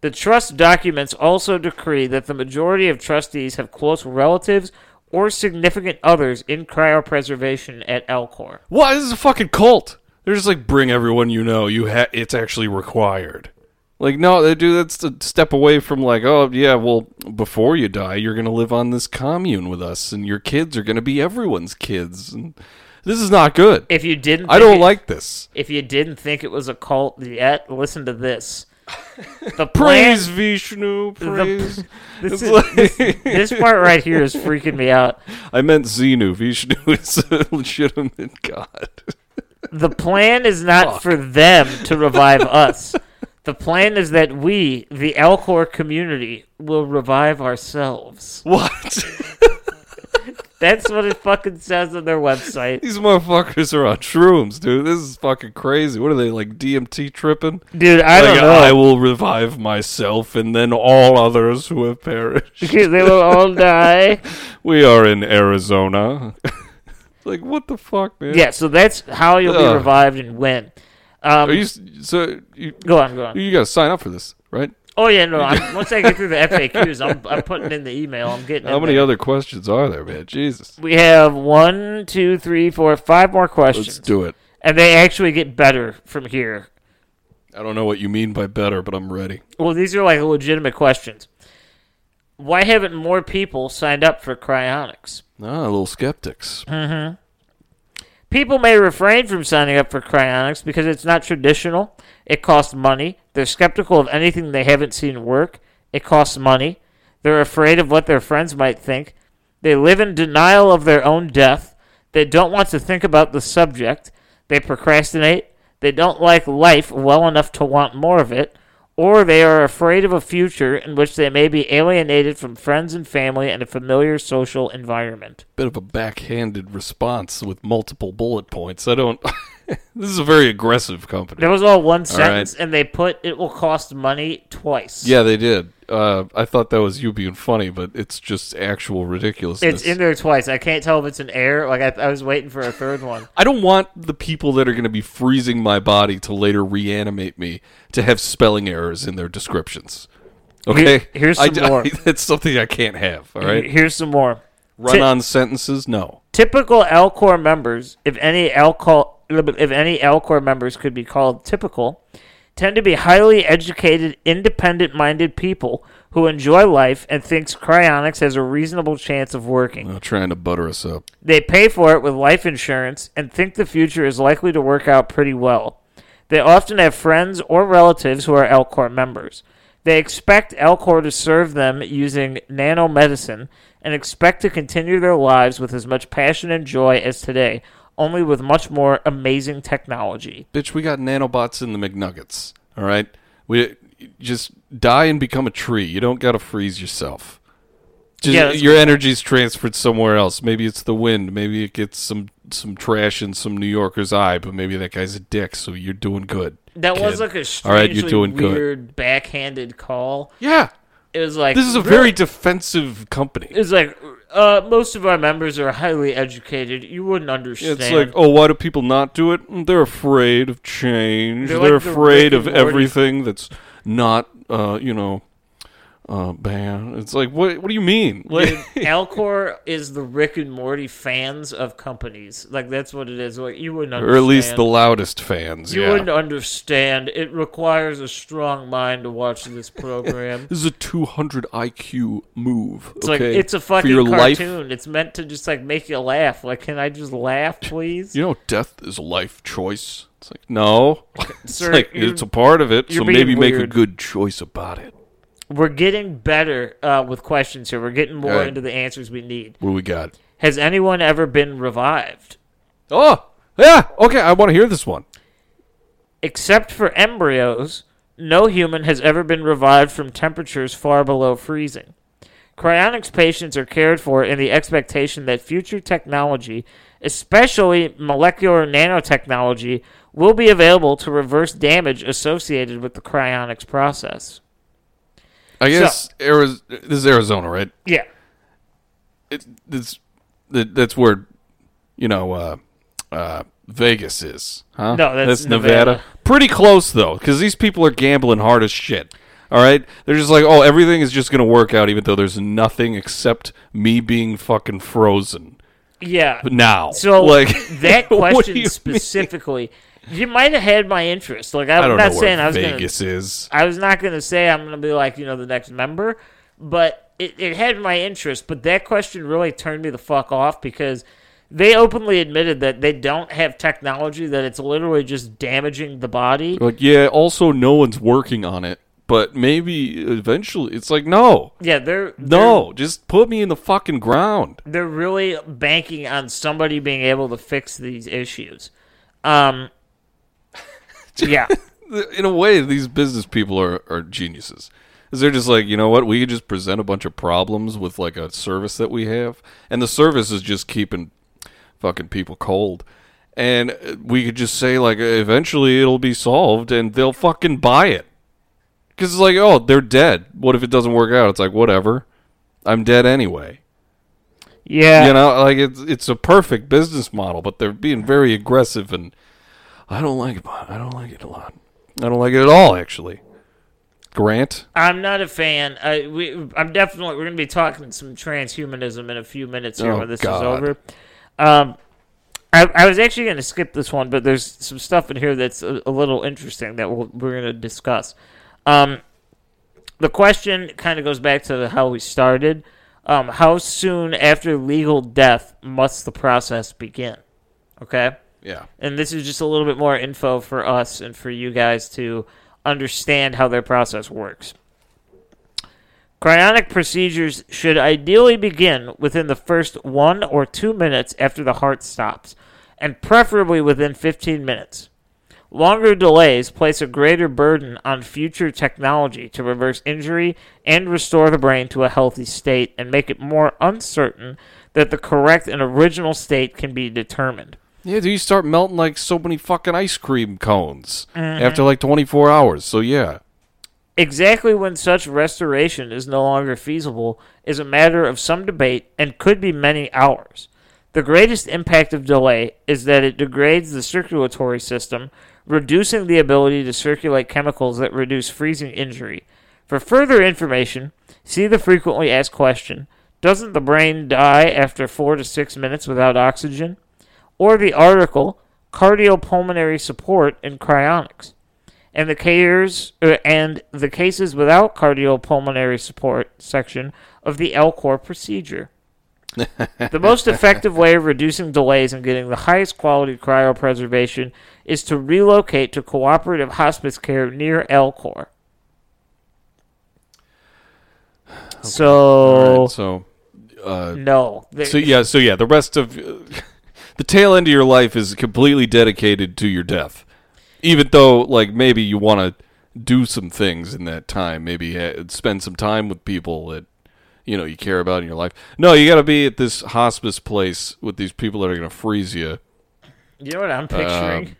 Speaker 2: The trust documents also decree that the majority of trustees have close relatives or significant others in cryopreservation at Alcor.
Speaker 3: What? This is a fucking cult. They're just like, bring everyone you know. You ha- it's actually required. Like, no, they do. That's a step away from like, oh yeah, well, before you die, you're gonna live on this commune with us, and your kids are gonna be everyone's kids. And this is not good.
Speaker 2: If you didn't,
Speaker 3: I
Speaker 2: think
Speaker 3: don't
Speaker 2: it-
Speaker 3: like this.
Speaker 2: If you didn't think it was a cult yet, listen to this. The plan,
Speaker 3: Praise Vishnu. Praise.
Speaker 2: this,
Speaker 3: It's
Speaker 2: is,
Speaker 3: like-
Speaker 2: this part right here is freaking me out.
Speaker 3: I meant Zenu. Vishnu is a legitimate god.
Speaker 2: The plan is not for them to revive us. The plan is that we, the Alcor community, will revive ourselves.
Speaker 3: What?
Speaker 2: That's what it fucking says on their website.
Speaker 3: These motherfuckers are on shrooms, dude. This is fucking crazy. What are they like DMT tripping?
Speaker 2: Dude, I don't
Speaker 3: Like,
Speaker 2: know.
Speaker 3: I will revive myself and then all others who have perished.
Speaker 2: they will all die.
Speaker 3: we are in Arizona. like what the fuck, man?
Speaker 2: Yeah, so that's how you'll be
Speaker 3: Ugh.
Speaker 2: revived and when. Um,
Speaker 3: Are you s- so you,
Speaker 2: go on, go on.
Speaker 3: you got to sign up for this, right?
Speaker 2: Oh yeah, no. I'm, once I get through the FAQs, I'm, I'm putting in the email. I'm getting.
Speaker 3: How
Speaker 2: in
Speaker 3: many
Speaker 2: there.
Speaker 3: other questions are there, man? Jesus.
Speaker 2: We have one, two, three, four, five more questions,
Speaker 3: Let's do it.
Speaker 2: and they actually get better from here.
Speaker 3: I don't know what you mean by better, but I'm ready.
Speaker 2: Well, these are like legitimate questions. why haven't more people signed up for cryonics?
Speaker 3: Ah, little skeptics.
Speaker 2: People may refrain from signing up for cryonics because it's not traditional. It costs money. They're skeptical of anything they haven't seen work. It costs money. They're afraid of what their friends might think. They live in denial of their own death. They don't want to think about the subject. They procrastinate. They don't like life well enough to want more of it. Or they are afraid of a future in which they may be alienated from friends and family and a familiar social environment.
Speaker 3: Bit of a backhanded response with multiple bullet points. I don't. this is a very aggressive company.
Speaker 2: That was all one
Speaker 3: right.
Speaker 2: sentence, and they put it will cost money twice.
Speaker 3: Yeah, they did. Uh, I thought that was you being funny, but it's just actual ridiculousness.
Speaker 2: It's in there twice. I can't tell if it's an error. Like I, I was waiting for a third one.
Speaker 3: I don't want the people that are going to be freezing my body to later reanimate me to have spelling errors in their descriptions. Okay,
Speaker 2: Here- here's
Speaker 3: I-
Speaker 2: some more.
Speaker 3: I- that's something I can't have. All right,
Speaker 2: Here's some more. Ti-
Speaker 3: run-on sentences. No,
Speaker 2: typical Alcor members, if any Alcor, if any Alcor members could be called typical, tend to be highly educated, independent-minded people who enjoy life and thinks cryonics has a reasonable chance of working.
Speaker 3: no trying to butter us up.
Speaker 2: They pay for it with life insurance and think the future is likely to work out pretty well. They often have friends or relatives who are Alcor members. They expect Alcor to serve them using nanomedicine and expect to continue their lives with as much passion and joy as today, only with much more amazing technology.
Speaker 3: Bitch, we got nanobots in the McNuggets. All right, we just die and become a tree. You don't got to freeze yourself. Just,
Speaker 2: Yeah, that's-
Speaker 3: your energy's transferred somewhere else. Maybe it's the wind. Maybe it gets some some trash in some New Yorker's eye. But maybe that guy's a dick. So you're doing good.
Speaker 2: That was
Speaker 3: kid.
Speaker 2: like a
Speaker 3: All
Speaker 2: strangely
Speaker 3: right, you're doing good.
Speaker 2: weird backhanded call.
Speaker 3: Yeah,
Speaker 2: It was like
Speaker 3: this is a very defensive company.
Speaker 2: It's like uh, most of our members are highly educated. You wouldn't understand.
Speaker 3: It's like, oh, why do people not do it? Mm, They're afraid of change. They're,
Speaker 2: They're like the Rick
Speaker 3: afraid of
Speaker 2: and Morty.
Speaker 3: everything that's not, uh, you know, uh, banned. It's like, what? What do you mean? Like,
Speaker 2: Alcor is the Rick and Morty fans of companies. Like that's what it is. Like you wouldn't
Speaker 3: or
Speaker 2: understand.
Speaker 3: at least the loudest fans.
Speaker 2: you
Speaker 3: yeah.
Speaker 2: wouldn't understand. It requires a strong mind to watch this program.
Speaker 3: this is a 200 IQ move.
Speaker 2: It's like
Speaker 3: okay?
Speaker 2: it's a
Speaker 3: For
Speaker 2: fucking
Speaker 3: your life.
Speaker 2: cartoon. It's meant to just like make you laugh. Like, can I just laugh, please?
Speaker 3: You know, death is a life choice. It's like no, it's
Speaker 2: sir,
Speaker 3: like
Speaker 2: you're-
Speaker 3: it's a part of it.
Speaker 2: you're
Speaker 3: So maybe
Speaker 2: being
Speaker 3: make a
Speaker 2: weird.
Speaker 3: good choice about it.
Speaker 2: We're getting better uh, with questions here. We're getting more
Speaker 3: Alright.
Speaker 2: into the answers we need.
Speaker 3: What do we got?
Speaker 2: Has anyone ever been revived?
Speaker 3: Oh, yeah. Okay, I want to hear this one.
Speaker 2: Except for embryos, no human has ever been revived from temperatures far below freezing. Cryonics patients are cared for in the expectation that future technology, especially molecular nanotechnology, will be available to reverse damage associated with the cryonics process.
Speaker 3: I guess Ariz- this is Arizona, right?
Speaker 2: Yeah.
Speaker 3: It, this, that that's where, you know, uh, uh, Vegas is, huh?
Speaker 2: No, that's Nevada.
Speaker 3: Pretty close though, because these people are gambling hard as shit. All right, they're just like, oh, everything is just gonna work out, even though there's nothing except me being fucking frozen
Speaker 2: Yeah.
Speaker 3: now.
Speaker 2: So
Speaker 3: like
Speaker 2: that
Speaker 3: what do
Speaker 2: question
Speaker 3: you mean?
Speaker 2: specifically, you might have had my interest. Like I,
Speaker 3: I
Speaker 2: am
Speaker 3: don't
Speaker 2: not
Speaker 3: know
Speaker 2: saying
Speaker 3: where
Speaker 2: I was going to
Speaker 3: Vegas is.
Speaker 2: I was not going to say I'm going to be like, you know, the next member, but it, it had my interest. But that question really turned me the fuck off because they openly admitted that they don't have technology, that it's literally just damaging the body.
Speaker 3: Like, yeah. Also, no one's working on it, but maybe eventually, it's like, no,
Speaker 2: Yeah, they're. they're-
Speaker 3: no, just put me in the fucking ground.
Speaker 2: They're really banking on somebody being able to fix these issues. Um, yeah.
Speaker 3: in a way, these business people are, are geniuses. 'Cause They're just like, you know what? We could just present a bunch of problems with like a service that we have, and the service is just keeping fucking people cold. And uh, we could just say like, eventually it'll be solved, and they'll fucking buy it. Because it's like, oh, they're dead. What if it doesn't work out? It's like, whatever. I'm dead anyway.
Speaker 2: Yeah.
Speaker 3: You know, like it's it's a perfect business model, but they're being very aggressive, and I don't like it. I don't like it a lot. I don't like it at all, actually. Grant,
Speaker 2: I'm not a fan. I, we, I'm definitely we're going to be talking some transhumanism in a few minutes here
Speaker 3: Oh,
Speaker 2: when this
Speaker 3: God.
Speaker 2: is over. Um, I, I was actually going to skip this one, but there's some stuff in here that's a, a little interesting that we'll, we're going to discuss. Um, the question kind of goes back to how we started. Um, how soon after legal death must the process begin? Okay.
Speaker 3: Yeah.
Speaker 2: And this is just a little bit more info for us and for you guys to understand how their process works. Cryonic procedures should ideally begin within the first one or two minutes after the heart stops, and preferably within 15 minutes. Longer delays place a greater burden on future technology to reverse injury and restore the brain to a healthy state and make it more uncertain that the correct and original state can be determined.
Speaker 3: Yeah, do you start melting like so many fucking ice cream cones after like 24 hours? So yeah.
Speaker 2: Exactly when such restoration is no longer feasible is a matter of some debate and could be many hours. The greatest impact of delay is that it degrades the circulatory system, reducing the ability to circulate chemicals that reduce freezing injury. For further information, see the frequently asked question Doesn't the brain die after four to six minutes without oxygen? or the article Cardiopulmonary Support in Cryonics and the cares er, and the cases without cardiopulmonary support section of the LCOR procedure. the most effective way of reducing delays and getting the highest quality cryopreservation is to relocate to cooperative hospice care near LCOR. So,
Speaker 3: Alright, so
Speaker 2: no. There-
Speaker 3: so yeah, so yeah, the rest of the tail end of your life is completely dedicated to your death. Even though like maybe you want to do some things in that time, maybe ha- spend some time with people that you know you care about in your life. No, you got to be at this hospice place with these people that are going to freeze you.
Speaker 2: You know what I'm picturing?
Speaker 3: Um,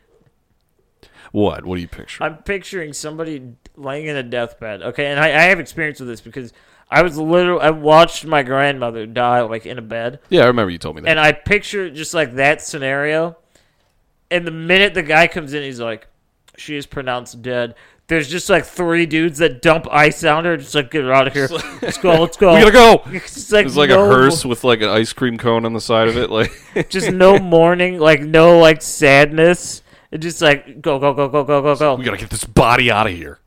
Speaker 3: What? What do you picture?
Speaker 2: I'm picturing somebody laying in a deathbed. Okay, and I, I have experience with this because I was literally I watched my grandmother die like in a bed,
Speaker 3: yeah, I remember you told me that.
Speaker 2: and I picture just like that scenario. And the minute the guy comes in, he's like, "She is pronounced dead." There's just like three dudes that dump ice on her, just like get her out of here. Let's go, let's go.
Speaker 3: we gotta go.
Speaker 2: It's just like,
Speaker 3: It's like
Speaker 2: no-
Speaker 3: a hearse with like an ice cream cone on the side of it. Like,
Speaker 2: just no mourning, like no like sadness. It just like go, go, go, go, go, go, go.
Speaker 3: we gotta get this body out of here.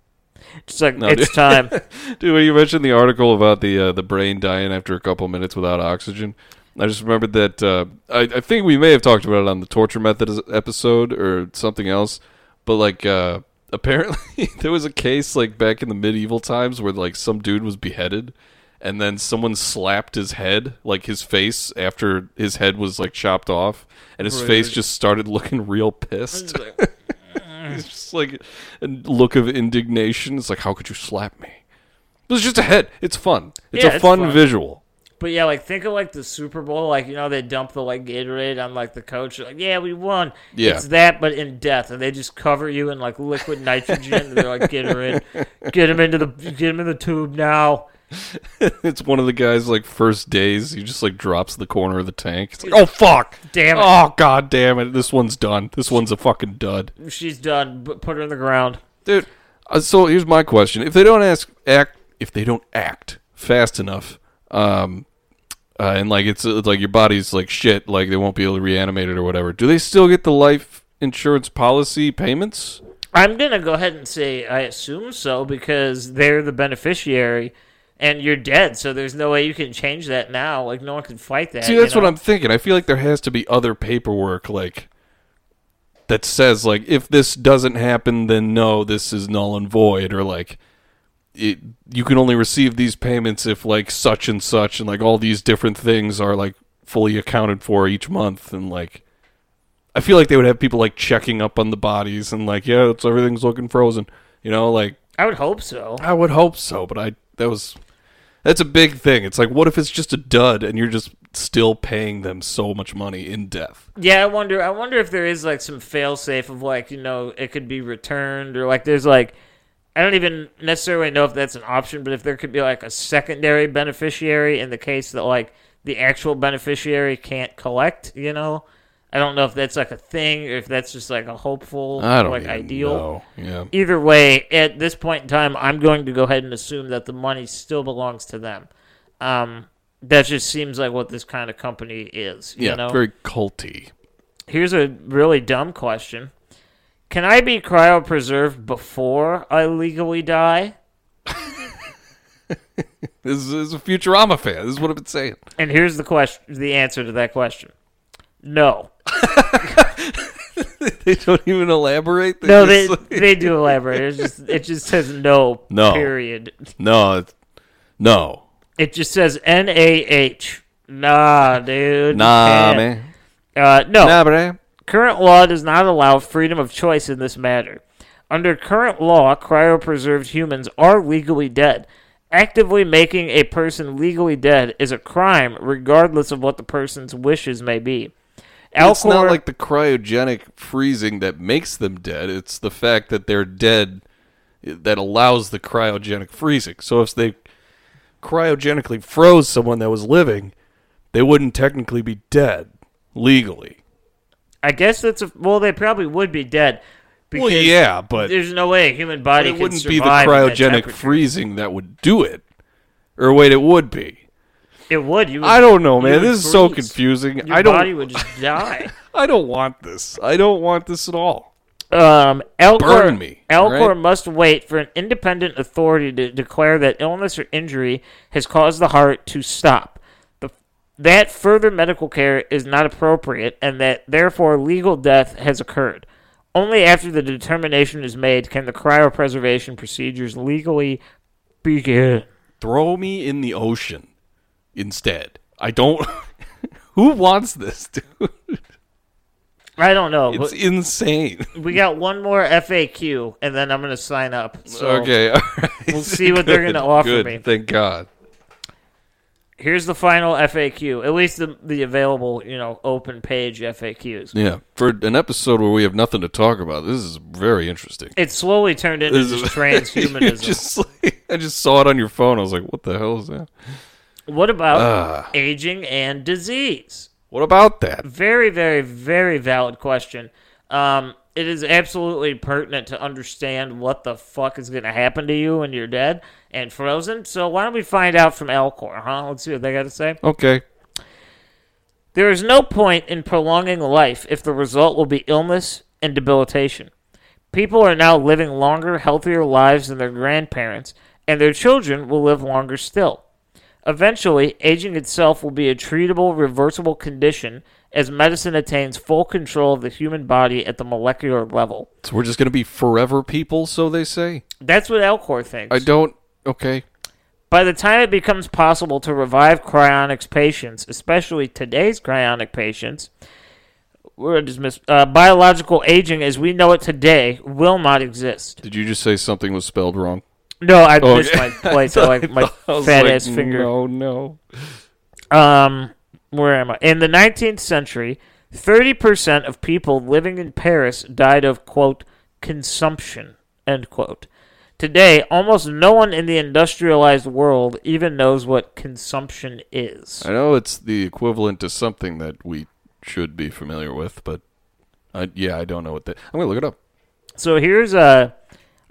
Speaker 2: Just like
Speaker 3: No,
Speaker 2: it's
Speaker 3: dude.
Speaker 2: time.
Speaker 3: Dude, when you mentioned the article about the uh, the brain dying after a couple minutes without oxygen, I just remembered that uh, I, I think we may have talked about it on the torture method episode or something else, but like uh, apparently there was a case like back in the medieval times where like some dude was beheaded and then someone slapped his head like his face after his head was like chopped off and his face just started looking real pissed it's just like a look of indignation it's like how could you slap me it was just a head. It's fun. It's
Speaker 2: Yeah,
Speaker 3: a
Speaker 2: it's
Speaker 3: fun,
Speaker 2: fun.
Speaker 3: visual.
Speaker 2: But yeah, like think of like the Super Bowl, like you know they dump the like Gatorade on like the coach, like yeah we won.
Speaker 3: Yeah.
Speaker 2: it's that but in death, and they just cover you in like liquid nitrogen. and they're like Gatorade, get him into the get him in the tube now.
Speaker 3: It's one of the guys like first days. He just like drops the corner of the tank. It's like, oh fuck,
Speaker 2: Damn it.
Speaker 3: oh god damn it, this one's done. This one's a fucking dud,
Speaker 2: She's done. But put her in the ground.
Speaker 3: dude. Uh, so here's my question: If they don't ask, act if they don't act fast enough, um, uh, and like it's, it's like your body's like shit, like they won't be able to reanimate it or whatever. Do they still get the life insurance policy payments?
Speaker 2: I'm gonna go ahead and say I assume so because they're the beneficiary, and you're dead, so there's no way you can change that now. Like no one can fight that.
Speaker 3: See,
Speaker 2: you
Speaker 3: that's what
Speaker 2: know?
Speaker 3: I'm thinking. I feel like there has to be other paperwork, like that says, like if this doesn't happen, then no, this is null and void, or like it, you can only receive these payments if like such and such, and like all these different things are like fully accounted for each month, and like I feel like they would have people like checking up on the bodies and like yeah, it's everything's looking frozen, you know, like
Speaker 2: I would hope so.
Speaker 3: I would hope so, but I that was that's a big thing. It's like what if it's just a dud and you're just still paying them so much money in death?
Speaker 2: Yeah, I wonder. I wonder if there is like some failsafe of like you know it could be returned or like there's like I don't even necessarily know if that's an option, but if there could be like a secondary beneficiary in the case that like the actual beneficiary can't collect, you know. I don't know if that's like a thing or if that's just like a hopeful
Speaker 3: I don't
Speaker 2: like
Speaker 3: even
Speaker 2: ideal.
Speaker 3: know. Yeah.
Speaker 2: Either way, at this point in time, I'm going to go ahead and assume that the money still belongs to them. Um, that just seems like what this kind of company is. You
Speaker 3: Yeah,
Speaker 2: know?
Speaker 3: very culty.
Speaker 2: Here's a really dumb question. Can I be cryopreserved before I legally die?
Speaker 3: This is, this is a Futurama fan. This is what I've been saying.
Speaker 2: And here's the question, the answer to that question. No,
Speaker 3: They don't even elaborate. They
Speaker 2: no, they
Speaker 3: just like-
Speaker 2: they do elaborate. It just it just says no.
Speaker 3: No.
Speaker 2: Period.
Speaker 3: no, it's- no,
Speaker 2: It just says N A H. Nah, dude. you
Speaker 3: nah,
Speaker 2: can't.
Speaker 3: man,
Speaker 2: Uh, no.
Speaker 3: nah, man.
Speaker 2: Current law does not allow freedom of choice in this matter. Under current law, cryopreserved humans are legally dead. Actively making a person legally dead is a crime, regardless of what the person's wishes may be. Alcor,
Speaker 3: It's not like the cryogenic freezing that makes them dead. It's the fact that they're dead that allows the cryogenic freezing. So if they cryogenically froze someone that was living, they wouldn't technically be dead legally.
Speaker 2: I guess that's a well. They probably would be dead.
Speaker 3: Well, yeah, but
Speaker 2: There's no way a human body
Speaker 3: it
Speaker 2: can
Speaker 3: wouldn't be the
Speaker 2: survive at that
Speaker 3: cryogenic
Speaker 2: temperature.
Speaker 3: freezing that would do it. Or wait, it would be.
Speaker 2: It would. You would
Speaker 3: I don't know,
Speaker 2: you
Speaker 3: man.
Speaker 2: would
Speaker 3: This is so
Speaker 2: freeze.
Speaker 3: confusing.
Speaker 2: Your
Speaker 3: I don't.
Speaker 2: body would just die.
Speaker 3: I don't want this. I don't want this at all.
Speaker 2: Um, Alcor,
Speaker 3: Burn me,
Speaker 2: Alcor
Speaker 3: right?
Speaker 2: must wait for an independent authority to declare that illness or injury has caused the heart to stop. The, that further medical care is not appropriate, and that therefore legal death has occurred. Only after the determination is made can the cryopreservation procedures legally begin.
Speaker 3: Throw me in the ocean instead. I don't. Who wants this, dude?
Speaker 2: I don't know.
Speaker 3: It's
Speaker 2: but
Speaker 3: insane.
Speaker 2: we got one more FAQ, and then I'm going to sign up. So
Speaker 3: okay, all right.
Speaker 2: We'll see what they're
Speaker 3: Good,
Speaker 2: gonna offer
Speaker 3: good.
Speaker 2: me.
Speaker 3: Thank God.
Speaker 2: here's the final FAQ, at least the, the available, you know, open page FAQs.
Speaker 3: Yeah, for an episode where we have nothing to talk about, this is very interesting.
Speaker 2: It slowly turned into
Speaker 3: This
Speaker 2: just
Speaker 3: is- You
Speaker 2: transhumanism.
Speaker 3: just like- I just saw it on your phone. I was like, "What the hell is that?
Speaker 2: what about
Speaker 3: Ah.
Speaker 2: aging and disease?
Speaker 3: What about that?"
Speaker 2: Very, very, very valid question. Um, it is absolutely pertinent to understand what the fuck is going to happen to you when you're dead and frozen. So why don't we find out from Alcor, huh? Let's see what they got to say.
Speaker 3: Okay,
Speaker 2: There is no point in prolonging life if the result will be illness and debilitation. People are now living longer, healthier lives than their grandparents, and their children will live longer still. Eventually, aging itself will be a treatable, reversible condition as medicine attains full control of the human body at the molecular level.
Speaker 3: so we're just gonna be forever people, so they say.
Speaker 2: That's what Alcor thinks.
Speaker 3: I don't. Okay,
Speaker 2: By the time it becomes possible to revive cryonics patients, especially today's cryonic patients, we're just mis- uh, biological aging as we know it today will not exist.
Speaker 3: did you just say something was spelled wrong?
Speaker 2: No, I
Speaker 3: Oh,
Speaker 2: missed
Speaker 3: okay.
Speaker 2: my place. I like my
Speaker 3: I was
Speaker 2: fat
Speaker 3: like,
Speaker 2: ass finger.
Speaker 3: No, no.
Speaker 2: Um, where am I? In the 19th century, 30% of people living in Paris died of, quote, consumption, end quote. Today, almost no one in the industrialized world even knows what consumption is.
Speaker 3: I know it's the equivalent to something that we should be familiar with, but I, yeah, I don't know what that. I'm gonna look it up.
Speaker 2: So here's a.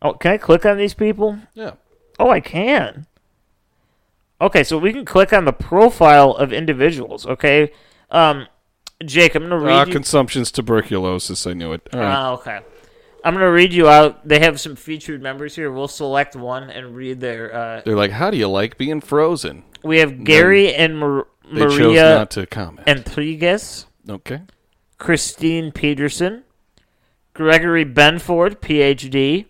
Speaker 2: Oh, can I click on these people?
Speaker 3: Yeah.
Speaker 2: Oh, I can. Okay, so we can click on the profile of individuals. Okay, um, Jake, I'm gonna read.
Speaker 3: Ah,
Speaker 2: you-
Speaker 3: consumption's tuberculosis. I knew it. All right.
Speaker 2: Ah, okay. I'm gonna read you out. They have some featured members here. We'll select one and read their. Uh,
Speaker 3: They're like, "How do you like being frozen?"
Speaker 2: we have Gary and Mar-
Speaker 3: They chose
Speaker 2: Maria
Speaker 3: not to comment.
Speaker 2: Entrigues,
Speaker 3: okay.
Speaker 2: Christine Peterson, Gregory Benford, PhD,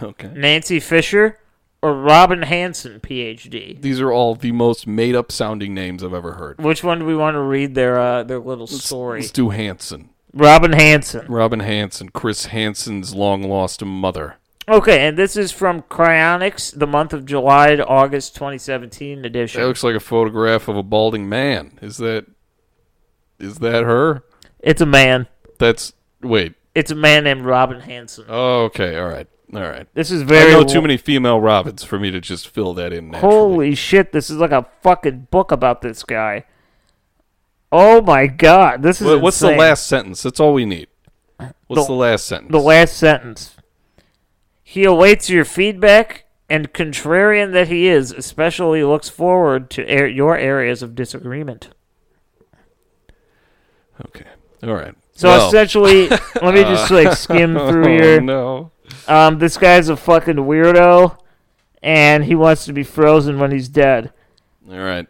Speaker 3: Okay.
Speaker 2: Nancy Fisher, or Robin Hanson, PhD.
Speaker 3: These are all the most made up sounding names I've ever heard.
Speaker 2: Which one do we want to read their uh, their little story?
Speaker 3: Let's do Hanson.
Speaker 2: Robin Hanson.
Speaker 3: Robin Hanson, Chris Hanson's long lost mother.
Speaker 2: Okay, and this is from Cryonics, the month of July to August 2017 edition.
Speaker 3: That looks like a photograph of a balding man. Is that is that her?
Speaker 2: it's a man.
Speaker 3: That's wait.
Speaker 2: It's a man named Robin Hanson.
Speaker 3: Oh, okay, all right. All right.
Speaker 2: This is
Speaker 3: I
Speaker 2: very.
Speaker 3: know too
Speaker 2: lo-
Speaker 3: many female Robins for me to just fill that in naturally.
Speaker 2: Holy shit! This is like a fucking book about this guy. Oh my god! This is
Speaker 3: Wha- What's the
Speaker 2: insane.
Speaker 3: last sentence? That's all we need. What's
Speaker 2: The-
Speaker 3: the, last sentence?
Speaker 2: the last sentence. He awaits your feedback, and contrarian that he is, especially looks forward to air your areas of disagreement.
Speaker 3: Okay. All right.
Speaker 2: So
Speaker 3: Well,
Speaker 2: essentially, let me just like skim through
Speaker 3: Uh, oh,
Speaker 2: here.
Speaker 3: no.
Speaker 2: Um, this guy's a fucking weirdo, and he wants to be frozen when he's dead.
Speaker 3: All right.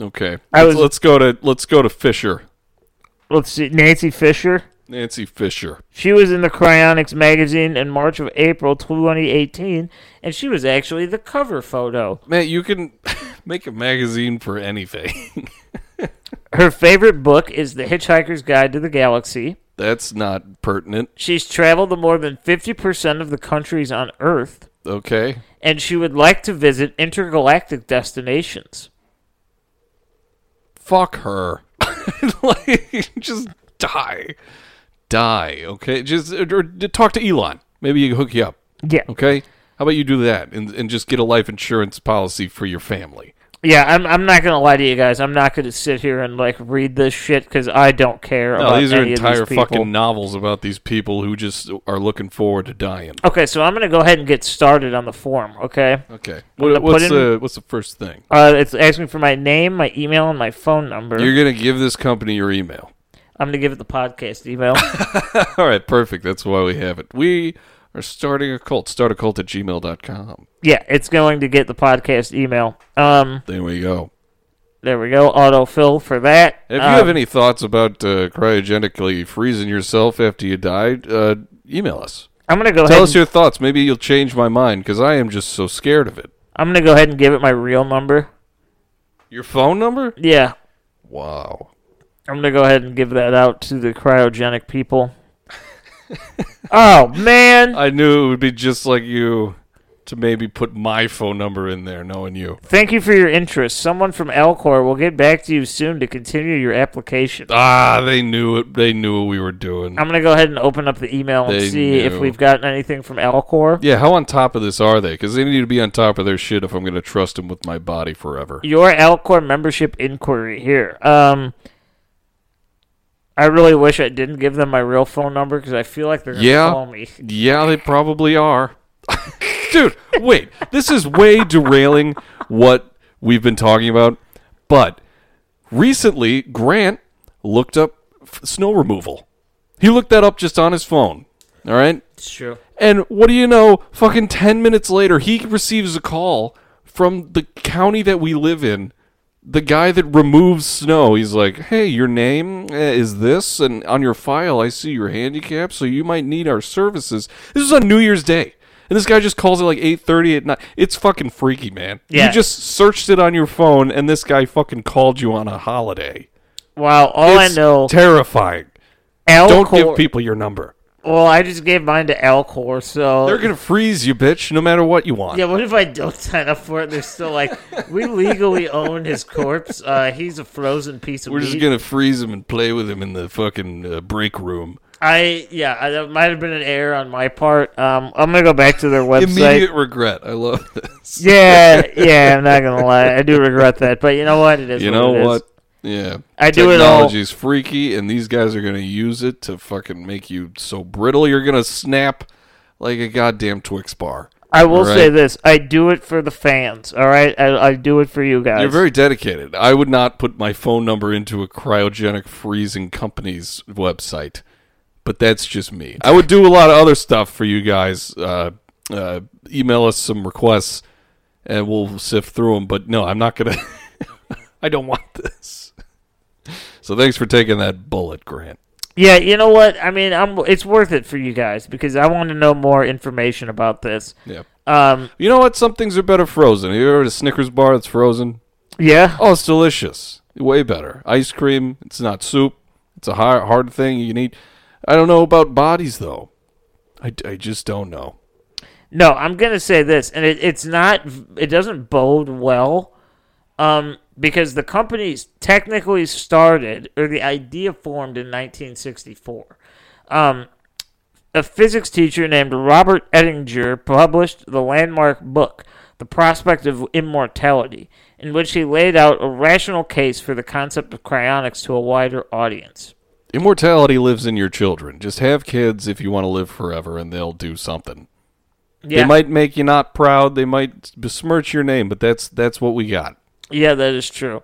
Speaker 3: Okay.
Speaker 2: I
Speaker 3: Let's,
Speaker 2: was-
Speaker 3: let's go to let's go to Fisher.
Speaker 2: Let's see, Nancy Fisher.
Speaker 3: Nancy Fisher.
Speaker 2: She was in the Cryonics magazine in March of April 2018, and she was actually the cover photo.
Speaker 3: Man, you can make a magazine for anything.
Speaker 2: Her favorite book is The Hitchhiker's Guide to the Galaxy.
Speaker 3: That's not pertinent.
Speaker 2: She's traveled to more than 50% of the countries on Earth,
Speaker 3: Okay.
Speaker 2: and she would like to visit intergalactic destinations.
Speaker 3: Fuck her. like, just die. Die. Okay. Just or, or talk to Elon. Maybe he can hook you up.
Speaker 2: Yeah.
Speaker 3: Okay. How about you do that and, and just get a life insurance policy for your family?
Speaker 2: Yeah, I'm, I'm not going to lie to you guys. I'm not going to sit here and, like, read this shit because I don't care
Speaker 3: No,
Speaker 2: about
Speaker 3: these are
Speaker 2: any
Speaker 3: entire
Speaker 2: of these people.
Speaker 3: fucking novels about these people who just are looking forward to dying.
Speaker 2: Okay, so I'm going to go ahead and get started on the form, okay?
Speaker 3: Okay.
Speaker 2: gonna
Speaker 3: What, what's
Speaker 2: put in-
Speaker 3: the what's the first thing?
Speaker 2: Uh, it's asking for my name, my email, and my phone number.
Speaker 3: You're gonna give this company your email.
Speaker 2: I'm going to give it the podcast email.
Speaker 3: All right, perfect. That's why we have it. We are starting a cult. Start a cult at gmail.com.
Speaker 2: yeah, it's going to get the podcast email. Um,
Speaker 3: There we go.
Speaker 2: there we go. Autofill for that.
Speaker 3: If you
Speaker 2: Um,
Speaker 3: have any thoughts about uh, cryogenically freezing yourself after you die, uh, email us.
Speaker 2: I'm gonna go ahead.
Speaker 3: Tell us
Speaker 2: and-
Speaker 3: your thoughts. Maybe you'll change my mind because I am just so scared of it.
Speaker 2: I'm gonna go ahead and give it my real number.
Speaker 3: Your phone number?
Speaker 2: Yeah,
Speaker 3: Wow.
Speaker 2: I'm gonna go ahead and give that out to the cryogenic people. oh man,
Speaker 3: I knew it would be just like you to maybe put my phone number in there, knowing you.
Speaker 2: thank you for your interest. Someone from Alcor will get back to you soon to continue your application.
Speaker 3: Ah, they knew it. They knew what we were doing.
Speaker 2: I'm gonna go ahead and open up the email and
Speaker 3: They
Speaker 2: see if
Speaker 3: knew.
Speaker 2: we've gotten anything from Alcor.
Speaker 3: Yeah, how on top of this are they? Because they need to be on top of their shit if I'm going to trust them with my body forever.
Speaker 2: your Alcor membership inquiry here. Um, I really wish I didn't give them my real phone number because I feel like they're gonna
Speaker 3: Yeah.
Speaker 2: call me.
Speaker 3: Yeah, they probably are. Dude, wait. This is way derailing what we've been talking about. But recently, Grant looked up f- snow removal. He looked that up just on his phone. All right?
Speaker 2: It's true.
Speaker 3: And what do you know? Fucking 10 minutes later, he receives a call from the county that we live in. The guy that removes snow, he's like, "Hey, your name eh, is this, and on your file, I see your handicap, so you might need our services." This is on New Year's Day, and this guy just calls it like eight thirty at night. It's fucking freaky, man.
Speaker 2: Yeah.
Speaker 3: You just searched it on your phone, and this guy fucking called you on a holiday.
Speaker 2: Wow. All
Speaker 3: It's
Speaker 2: Oh, I know, Oh,
Speaker 3: terrifying.
Speaker 2: Alcor.
Speaker 3: Don't give people your number.
Speaker 2: Well, I just gave mine to Alcor, so
Speaker 3: They're gonna freeze you, bitch, no matter what you want.
Speaker 2: Oh. yeah. What if I don't sign up for it? They're still like, we legally own his corpse. Uh, he's a frozen piece of
Speaker 3: We're
Speaker 2: meat.
Speaker 3: just gonna freeze him and play with him in the fucking uh, break room.
Speaker 2: I yeah, I, that might have been an error on my part. Um, I'm gonna go back to their website.
Speaker 3: Immediate regret. I love this.
Speaker 2: Yeah, yeah, I'm not gonna lie. I do regret that, but you know what? It is.
Speaker 3: you
Speaker 2: what
Speaker 3: know
Speaker 2: it is.
Speaker 3: what? Yeah,
Speaker 2: I do it all-
Speaker 3: Technology's freaky, and these guys are gonna use it to fucking make you so brittle you're gonna snap like a goddamn Twix bar.
Speaker 2: I will
Speaker 3: Right.
Speaker 2: say this: I do it for the fans. All right, I, I do it for you guys.
Speaker 3: You're very dedicated. I would not put my phone number into a cryogenic freezing company's website, but that's just me. I would do a lot of other stuff for you guys. Uh, uh, email us some requests, and we'll sift through them. But no, I'm not gonna. I don't want this. So thanks for taking that bullet, Grant.
Speaker 2: yeah. You know what? I mean, I'm. It's worth it for you guys because I want to know more information about this.
Speaker 3: Yeah.
Speaker 2: Um.
Speaker 3: You know what? Some things are better frozen. Have you ever had a Snickers bar that's frozen?
Speaker 2: Yeah.
Speaker 3: Oh, it's delicious. Way better. Ice cream. It's not soup. It's a hard, hard thing you can eat. I don't know about bodies, though. I, I just don't know.
Speaker 2: No, I'm gonna say this, and it, it's not. It doesn't bode well. Um. Because the company technically started, or the idea formed in 1964. Um, a physics teacher named Robert Ettinger published the landmark book, The Prospect of Immortality, in which he laid out a rational case for the concept of cryonics to a wider audience.
Speaker 3: Immortality lives in your children. Just have kids if you want to live forever, and they'll do something. They
Speaker 2: Yeah,
Speaker 3: might make you not proud. They might besmirch your name, but that's that's what we got.
Speaker 2: yeah that is true.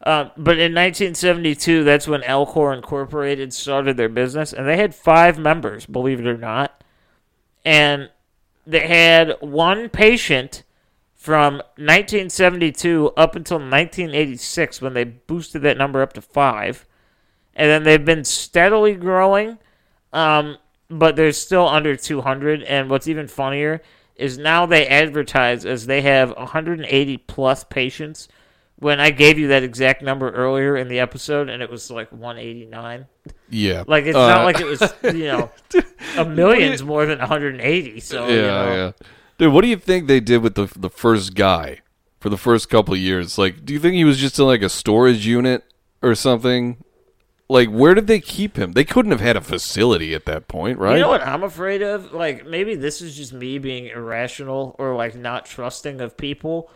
Speaker 2: Uh, but in 1972, that's when Alcor Incorporated started their business, and they had five members, believe it or not. And they had one patient from 1972 up until 1986 when they boosted that number up to five. And then they've been steadily growing, um, but they're still under 200. And what's even funnier is now they advertise as they have 180 plus patients. When I gave you that exact number earlier in the episode, and it was like 189.
Speaker 3: Yeah.
Speaker 2: Like it's
Speaker 3: Uh,
Speaker 2: not like it was you know a million's more than 180. So
Speaker 3: Yeah,
Speaker 2: you know.
Speaker 3: yeah. Dude, what do you think they did with the the first guy for the first couple of years? Like, do you think he was just in like a storage unit or something? Like, where did they keep him? They couldn't have had a facility at that point, right?
Speaker 2: You know what I'm afraid of? Like maybe this is just me being irrational or like not trusting of people.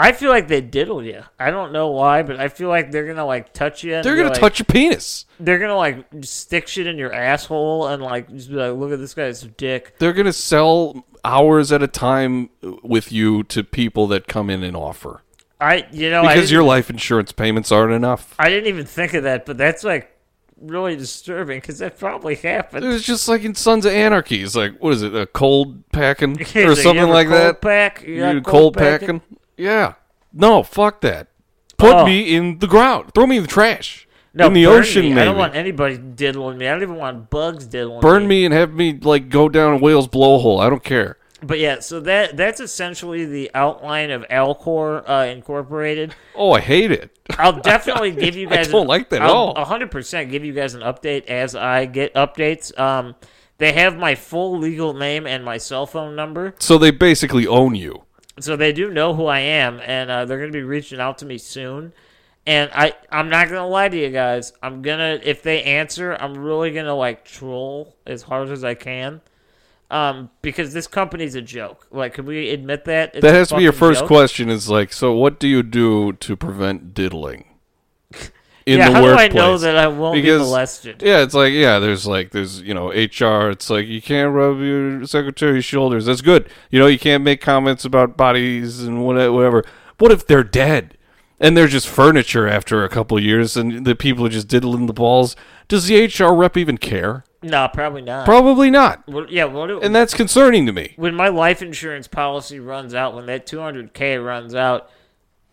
Speaker 2: I feel like they diddle you. I don't know why, but I feel like they're gonna like touch you. and
Speaker 3: They're
Speaker 2: be
Speaker 3: gonna
Speaker 2: like-
Speaker 3: touch your penis.
Speaker 2: They're gonna like stick shit in your asshole and like just be like, look at this guy's dick.
Speaker 3: They're gonna sell hours at a time with you to people that come in and offer
Speaker 2: I you know Oh, I
Speaker 3: because
Speaker 2: didn't-
Speaker 3: your life insurance payments aren't enough.
Speaker 2: I didn't even think of that, but that's like really disturbing because that probably happened.
Speaker 3: It was just like in Sons of Anarchy. It's like what is it, a cold packing
Speaker 2: He's
Speaker 3: or
Speaker 2: like, "You
Speaker 3: something
Speaker 2: ever
Speaker 3: like
Speaker 2: cold
Speaker 3: that?
Speaker 2: Pack? You
Speaker 3: You
Speaker 2: got
Speaker 3: cold, packing? Yeah. No, fuck that. Put
Speaker 2: Oh.
Speaker 3: me in the ground. Throw me in the trash.
Speaker 2: No,
Speaker 3: in the
Speaker 2: burn
Speaker 3: ocean,
Speaker 2: me.
Speaker 3: maybe.
Speaker 2: I don't want anybody diddling me. I don't even want bugs diddling
Speaker 3: burn me and have me like go down a whale's blowhole. I don't care.
Speaker 2: But yeah, so that that's essentially the outline of Alcor uh, Incorporated.
Speaker 3: Oh, I hate it.
Speaker 2: I'll definitely give you
Speaker 3: I
Speaker 2: guys.
Speaker 3: don't like that at all.
Speaker 2: hundred percent give you guys an update as I get updates. Um, they have my full legal name and my cell phone number,
Speaker 3: So they basically own you.
Speaker 2: so they do know who I am, and uh, they're gonna be reaching out to me soon. And I, I'm not gonna lie to you guys. I'm gonna if they answer, I'm really gonna like troll as hard as I can. Um, because this company's a joke. Like, can we admit that? It's
Speaker 3: That
Speaker 2: a
Speaker 3: has to be your
Speaker 2: fucking
Speaker 3: first
Speaker 2: joke.
Speaker 3: question. Is like, so what do you do to prevent diddling in
Speaker 2: yeah,
Speaker 3: the
Speaker 2: how
Speaker 3: workplace?
Speaker 2: do I know that I won't be molested?
Speaker 3: Yeah, it's like yeah, there's like there's you know HR. It's like you can't rub your secretary's shoulders. That's good. You know you can't make comments about bodies and whate- whatever. What if they're dead and they're just furniture after a couple of years and the people are just diddling the balls? Does the HR rep even care?
Speaker 2: No, probably not.
Speaker 3: Probably not.
Speaker 2: What- yeah, what do,
Speaker 3: And that's concerning to me.
Speaker 2: when my life insurance policy runs out, when that 200k runs out,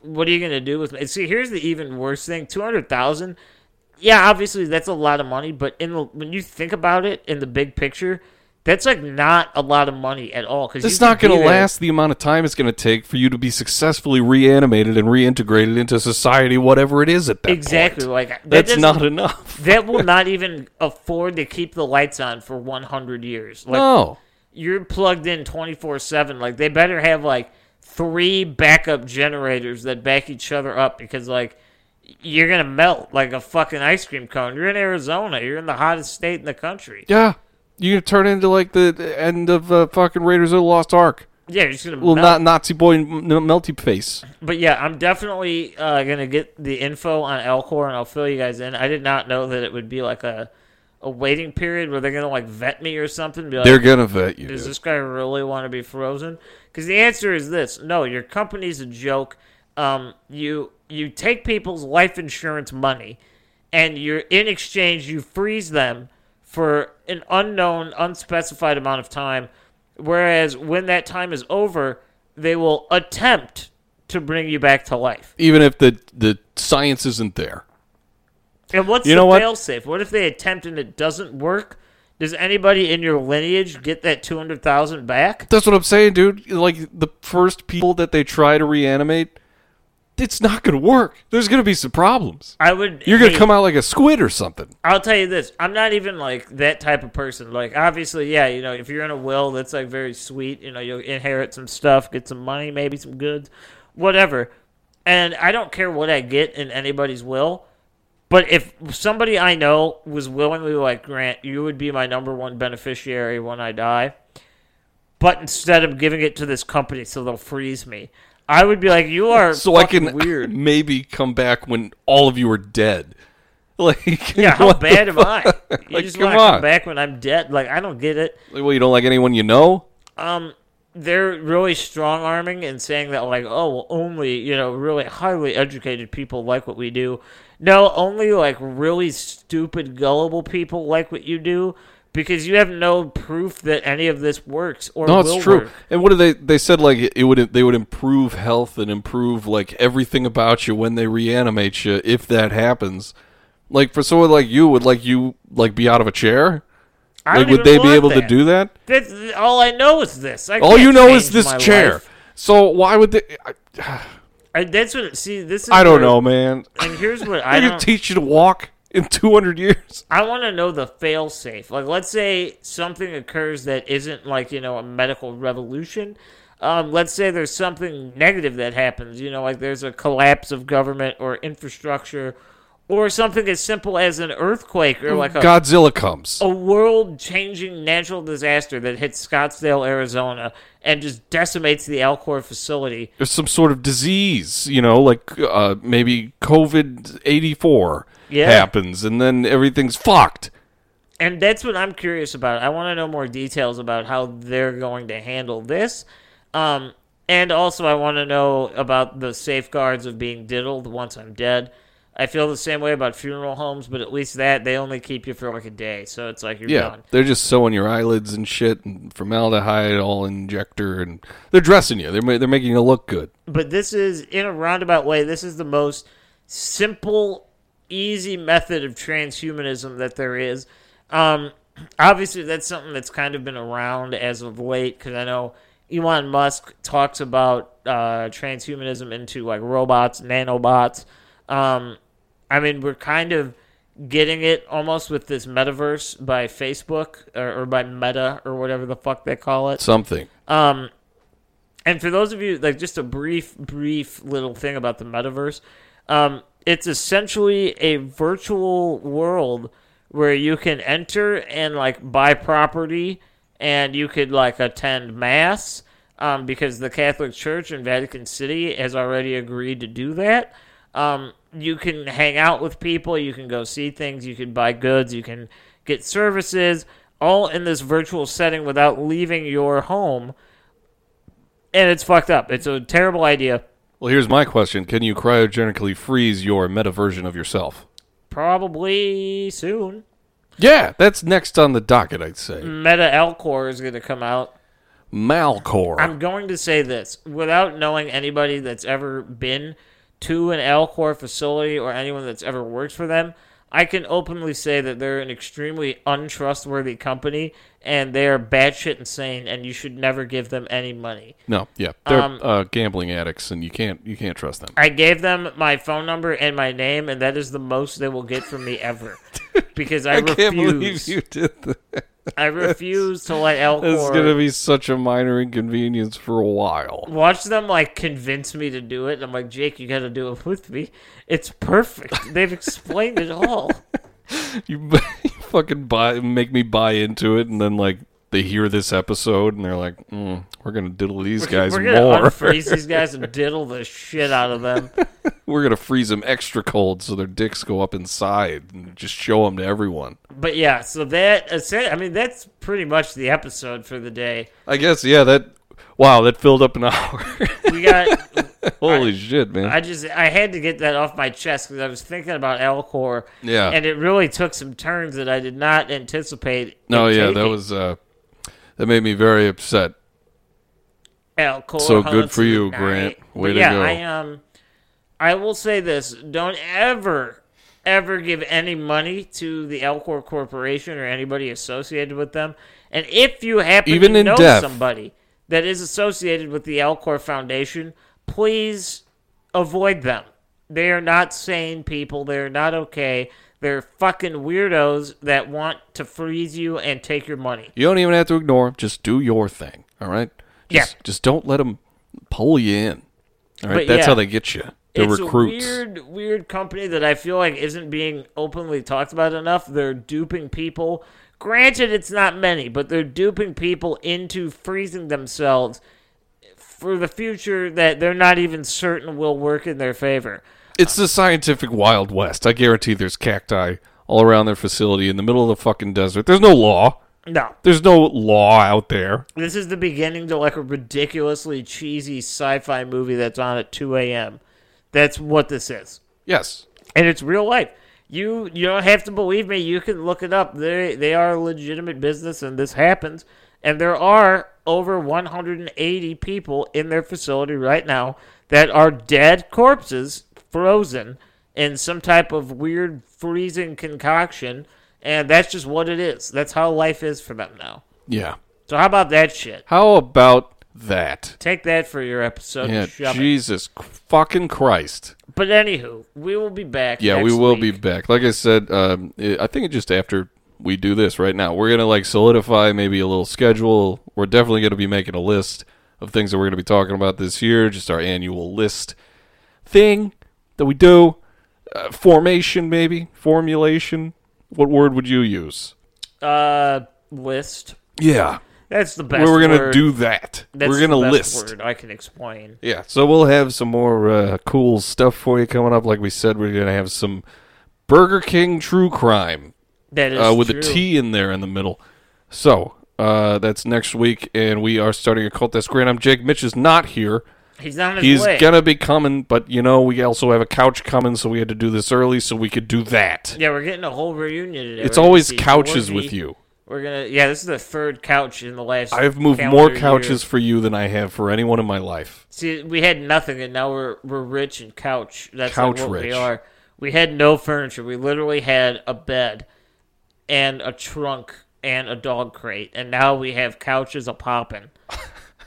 Speaker 2: what are you going to do with it? See, here's the even worse thing: 200,000. Yeah, obviously that's a lot of money, but in the, when you think about it in the big picture, that's like not a lot of money at all. Because
Speaker 3: It's not going to last the amount of time it's going to take for you to be successfully reanimated and reintegrated into society, whatever it is at that
Speaker 2: Exactly,
Speaker 3: point.
Speaker 2: like that
Speaker 3: That's
Speaker 2: doesn't-
Speaker 3: not enough.
Speaker 2: that will not even afford to keep the lights on for 100 years. Like,
Speaker 3: no.
Speaker 2: you're plugged in 24 7 like they better have like three backup generators that back each other up because like you're gonna melt like a fucking ice cream cone you're in arizona you're in the hottest state in the country
Speaker 3: Yeah. You're gonna turn into like the- the end of uh, fucking Raiders of the Lost Ark.
Speaker 2: yeah you're just gonna
Speaker 3: Well,
Speaker 2: melt.
Speaker 3: not Nazi boy, m- m- melty face.
Speaker 2: but yeah i'm definitely uh, gonna get the info on elcor and i'll fill you guys in i did not know that it would be like a a waiting period where they're gonna like vet me or something be like,
Speaker 3: They're gonna vet you.
Speaker 2: Does
Speaker 3: dude.
Speaker 2: this guy really want to be frozen? Because the answer is this: no. Your company's a joke. Um, you you take people's life insurance money, and you're in exchange you freeze them for an unknown, unspecified amount of time. Whereas when that time is over, they will attempt to bring you back to life.
Speaker 3: Even if the the science isn't there,
Speaker 2: And what's
Speaker 3: You
Speaker 2: the
Speaker 3: know what?
Speaker 2: fail safe? What if they attempt and it doesn't work? Does anybody in your lineage get that two hundred thousand back?
Speaker 3: that's what I'm saying, dude. Like the first people that they try to reanimate, it's not gonna work. There's gonna be some problems.
Speaker 2: I would.
Speaker 3: You're gonna
Speaker 2: hate-
Speaker 3: come out like a squid or something.
Speaker 2: I'll tell you this. I'm not even like that type of person. Like, obviously, yeah, you know, if you're in a will, that's like very sweet. You know, you'll inherit some stuff, get some money, maybe some goods, whatever. And I don't care what I get in anybody's will. But if somebody I know was willingly like, Grant, you would be my number one beneficiary when I die. But instead of giving it to this company so they'll freeze me, I would be like, you are
Speaker 3: So I
Speaker 2: fucking
Speaker 3: can
Speaker 2: weird.
Speaker 3: maybe come back when all of you are dead. Like
Speaker 2: Yeah, how
Speaker 3: what the
Speaker 2: bad am I? You
Speaker 3: Like,
Speaker 2: just
Speaker 3: come
Speaker 2: want to come
Speaker 3: on.
Speaker 2: back when I'm dead. Like I don't get it.
Speaker 3: fuck? Well, you don't like anyone you know.
Speaker 2: They're really strong arming and saying that like, oh, well, only you know really highly educated people like what we do. No, only like really stupid, gullible people like what you do. because you have no proof that any of this works or
Speaker 3: No,
Speaker 2: will
Speaker 3: it's true.
Speaker 2: work.
Speaker 3: And what did they? They said like it would. They would improve health and improve like everything about you when they reanimate you. If that happens, like for someone like you, would like you like be out of a chair?
Speaker 2: I
Speaker 3: Like
Speaker 2: don't
Speaker 3: would
Speaker 2: even
Speaker 3: they be
Speaker 2: want
Speaker 3: able to
Speaker 2: that.
Speaker 3: do that?
Speaker 2: That's, all I know is this. I
Speaker 3: All
Speaker 2: can't
Speaker 3: you know
Speaker 2: change
Speaker 3: is this
Speaker 2: my
Speaker 3: chair.
Speaker 2: life.
Speaker 3: So why would they? I,
Speaker 2: I, that's what. See, this is.
Speaker 3: I don't
Speaker 2: where-
Speaker 3: know, man.
Speaker 2: And here's what I
Speaker 3: I
Speaker 2: don't.
Speaker 3: could teach you to walk in two hundred years.
Speaker 2: I want to know the fail safe. Like, let's say something occurs that isn't like you know a medical revolution. Um, let's say there's something negative that happens. You know, like there's a collapse of government or infrastructure, or something as simple as an earthquake or like a
Speaker 3: Godzilla comes.
Speaker 2: a world changing natural disaster that hits Scottsdale, Arizona, and just decimates the Alcor facility.
Speaker 3: There's some sort of disease, you know, like uh, maybe COVID eighty four
Speaker 2: Yeah.
Speaker 3: happens, and then everything's fucked.
Speaker 2: And that's what I'm curious about. I want to know more details about how they're going to handle this. Um, and also, I want to know about the safeguards of being diddled once I'm dead. I feel the same way about funeral homes, but at least that they only keep you for like a day, so it's like you're
Speaker 3: Yeah,
Speaker 2: done.
Speaker 3: they're just sewing your eyelids and shit, and formaldehyde all injector, and they're dressing you. They're ma- they're making you look good.
Speaker 2: but this is in a roundabout way this is the most simple easy method of transhumanism that there is um, obviously that's something that's kind of been around as of late because i know elon musk talks about uh, transhumanism into like robots nanobots um, i mean we're kind of getting it almost with this metaverse by facebook or, or by meta or whatever the fuck they call it
Speaker 3: Something.
Speaker 2: um, and for those of you, like just a brief, brief little thing about the metaverse, um, it's essentially a virtual world where you can enter and like buy property, and you could like attend mass um, because the Catholic Church in Vatican City has already agreed to do that. Um, you can hang out with people, you can go see things, you can buy goods, you can get services, all in this virtual setting without leaving your home and it's fucked up. It's a terrible idea.
Speaker 3: Well, here's my question: Can you cryogenically freeze your meta version of yourself?
Speaker 2: Probably soon.
Speaker 3: Yeah, that's next on the docket, I'd say.
Speaker 2: Meta Alcor is going to come out.
Speaker 3: Malcor.
Speaker 2: I'm going to say this without knowing anybody that's ever been to an Alcor facility or anyone that's ever worked for them. I can openly say that they're an extremely untrustworthy company and they are batshit insane, and you should never give them any money.
Speaker 3: no, yeah, they're
Speaker 2: Um,
Speaker 3: uh, gambling addicts, and you can't you can't trust them.
Speaker 2: I gave them my phone number and my name, and that is the most they will get from me ever. Because I,
Speaker 3: I
Speaker 2: refuse.
Speaker 3: can't believe you did that.
Speaker 2: I refuse to let
Speaker 3: This is gonna
Speaker 2: Alcor
Speaker 3: be such a minor inconvenience for a while.
Speaker 2: watch them like convince me to do it. And I'm like, Jake, you got to do it with me. It's perfect. They've explained it all.
Speaker 3: You, b- you fucking buy, make me buy into it, and then like they hear this episode, and they're like, mm, "We're gonna diddle these guys
Speaker 2: We're gonna
Speaker 3: more.
Speaker 2: unfreeze these guys and diddle the shit out of them.
Speaker 3: We're gonna freeze them extra cold, so their dicks go up inside, and just show them to everyone."
Speaker 2: But yeah, so that I mean that's pretty much the episode for the day.
Speaker 3: I guess, yeah. That wow, that filled up an hour.
Speaker 2: We got
Speaker 3: Holy shit, man!
Speaker 2: I just I had to get that off my chest because I was thinking about Alcor.
Speaker 3: Yeah.
Speaker 2: And it really took some turns that I did not anticipate. it
Speaker 3: no, yeah, that
Speaker 2: taking.
Speaker 3: was uh, that made me very upset.
Speaker 2: Alcor.
Speaker 3: So good
Speaker 2: Hunts
Speaker 3: for you,
Speaker 2: Midnight.
Speaker 3: Grant.
Speaker 2: But
Speaker 3: Way to
Speaker 2: yeah,
Speaker 3: go.
Speaker 2: I um, I will say this: don't ever, ever give any money to the Alcor Corporation or anybody associated with them. And if you happen
Speaker 3: Even
Speaker 2: to
Speaker 3: in
Speaker 2: know
Speaker 3: death.
Speaker 2: somebody that is associated with the Alcor Foundation, please avoid them. They are not sane people. They are not okay. They're fucking weirdos that want to freeze you and take your money.
Speaker 3: You don't even have to ignore them. Just do your thing. All right. Just,
Speaker 2: Yeah.
Speaker 3: Just don't let them pull you in. All right.
Speaker 2: But
Speaker 3: That's
Speaker 2: yeah.
Speaker 3: how they get you. They're
Speaker 2: it's
Speaker 3: recruits.
Speaker 2: a weird, weird company that I feel like isn't being openly talked about enough. They're duping people. Granted, it's not many, but they're duping people into freezing themselves for the future that they're not even certain will work in their favor.
Speaker 3: It's the scientific Wild West. I guarantee there's cacti all around their facility in the middle of the fucking desert. There's no law.
Speaker 2: No,
Speaker 3: There's no law out there.
Speaker 2: this is the beginning to like a ridiculously cheesy sci-fi movie that's on at 2 a.m. That's what this is.
Speaker 3: Yes.
Speaker 2: and it's real life. You you don't have to believe me. You can look it up. They they are a legitimate business, and this happens. And there are over 180 people in their facility right now that are dead corpses, frozen in some type of weird freezing concoction. And that's just what it is. That's how life is for them now.
Speaker 3: Yeah.
Speaker 2: So how about that shit?
Speaker 3: How about that?
Speaker 2: Take that for your episode.
Speaker 3: Yeah,
Speaker 2: and shove it.
Speaker 3: Jesus c- fucking Christ.
Speaker 2: But anywho, we will be back.
Speaker 3: Yeah, we
Speaker 2: next
Speaker 3: will
Speaker 2: week.
Speaker 3: be back. Like I said, um, i I think just after we do this right now, we're gonna like solidify maybe a little schedule. We're definitely gonna be making a list of things that we're gonna be talking about this year. Just our annual list thing that we do. Uh, formation, maybe formulation. What word would you use?
Speaker 2: Uh, list.
Speaker 3: Yeah,
Speaker 2: That's the best.
Speaker 3: where we're gonna
Speaker 2: word.
Speaker 3: do that.
Speaker 2: That's
Speaker 3: we're gonna
Speaker 2: the best
Speaker 3: list.
Speaker 2: Word I can explain.
Speaker 3: Yeah, so we'll have some more uh, cool stuff for you coming up. Like we said, we're gonna have some Burger King true crime
Speaker 2: That is
Speaker 3: uh, with
Speaker 2: true.
Speaker 3: a T in there in the middle. So uh, that's next week, and we are starting a cult. That's great. I'm Jake. Mitch is not here.
Speaker 2: He's not on his
Speaker 3: He's
Speaker 2: way.
Speaker 3: gonna be coming, but you know we also have a couch coming, so we had to do this early so we could do that.
Speaker 2: Yeah, we're getting a whole reunion today.
Speaker 3: it's
Speaker 2: We're gonna
Speaker 3: always
Speaker 2: see
Speaker 3: couches
Speaker 2: Georgie.
Speaker 3: with you.
Speaker 2: We're gonna. Yeah, this is the third couch in the last.
Speaker 3: I've moved more
Speaker 2: calendar year.
Speaker 3: couches for you than I have for anyone in my life.
Speaker 2: See, we had nothing, and now we're we're rich and couch. That's
Speaker 3: Couch
Speaker 2: like what we
Speaker 3: rich.
Speaker 2: are. We had no furniture. We literally had a bed, and a trunk, and a dog crate, and now we have couches a poppin.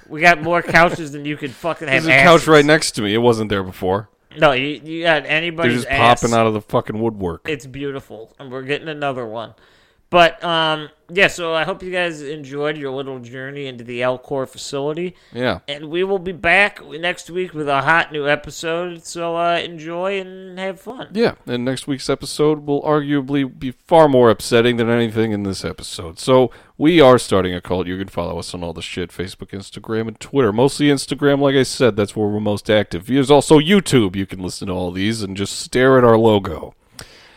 Speaker 2: we got more couches than you could fucking have.
Speaker 3: There's a couch
Speaker 2: asses.
Speaker 3: right next to me. It wasn't there before.
Speaker 2: No, you, you got
Speaker 3: They're
Speaker 2: anybody's
Speaker 3: just
Speaker 2: ass.
Speaker 3: popping out of the fucking woodwork.
Speaker 2: It's beautiful, and we're getting another one. But um, yeah, so I hope you guys enjoyed your little journey into the Alcor facility.
Speaker 3: yeah.
Speaker 2: And we will be back next week with a hot new episode. So uh, enjoy and have fun.
Speaker 3: Yeah, and next week's episode will arguably be far more upsetting than anything in this episode. So we are starting a cult. You can follow us on all the shit Facebook, Instagram, and Twitter. Mostly Instagram, like I said, that's where we're most active. There's also YouTube. You can listen to all these and just stare at our logo.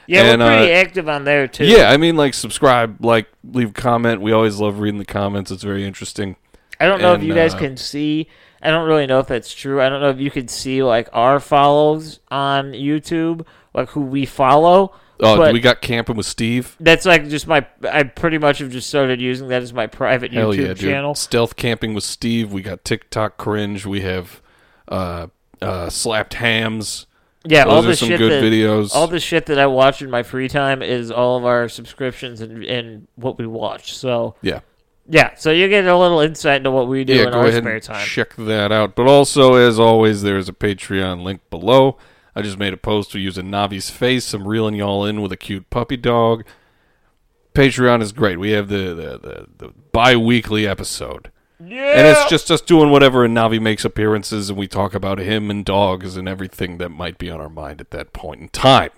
Speaker 2: Yeah,
Speaker 3: And,
Speaker 2: we're pretty
Speaker 3: uh,
Speaker 2: active on there too.
Speaker 3: Yeah, I mean, like subscribe, like leave a comment. We always love reading the comments. It's very interesting.
Speaker 2: I don't know
Speaker 3: and,
Speaker 2: if you guys
Speaker 3: uh,
Speaker 2: can see. I don't really know if that's true. I don't know if you can see like our follows on YouTube, like who we follow.
Speaker 3: Oh,
Speaker 2: but
Speaker 3: we got camping with Steve.
Speaker 2: that's like just my. I pretty much have just started using that as my private
Speaker 3: Hell
Speaker 2: YouTube
Speaker 3: yeah, dude.
Speaker 2: channel.
Speaker 3: Stealth camping with Steve. We got TikTok cringe. We have uh, uh, slapped hams.
Speaker 2: Yeah,
Speaker 3: Those
Speaker 2: all
Speaker 3: are
Speaker 2: the
Speaker 3: some
Speaker 2: shit
Speaker 3: good
Speaker 2: that,
Speaker 3: videos.
Speaker 2: All the shit that I watch in my free time is all of our subscriptions and, and what we watch. So
Speaker 3: Yeah.
Speaker 2: yeah, so you get a little insight into what we do
Speaker 3: yeah,
Speaker 2: in
Speaker 3: go
Speaker 2: our
Speaker 3: ahead
Speaker 2: spare
Speaker 3: and
Speaker 2: time.
Speaker 3: check that out. But also, as always, there's a Patreon link below. I just made a post using Navi's face. I'm reeling y'all in with a cute puppy dog. Patreon is great. We have the the, the, the bi-weekly episode. Yeah. And it's just us doing whatever, and Navi makes appearances, and we talk about him and dogs and everything that might be on our mind at that point in time.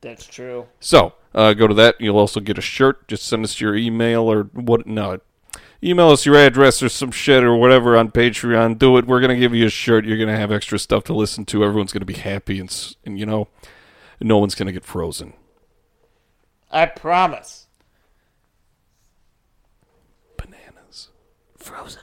Speaker 2: That's true.
Speaker 3: So uh, go to that. You'll also get a shirt. Just send us your email or what? No, email us your address or some shit or whatever on Patreon. Do it. We're gonna give you a shirt. You're gonna have extra stuff to listen to. Everyone's gonna be happy and s- and you know, no one's gonna get frozen.
Speaker 2: I promise.
Speaker 3: Bananas.
Speaker 2: Frozen.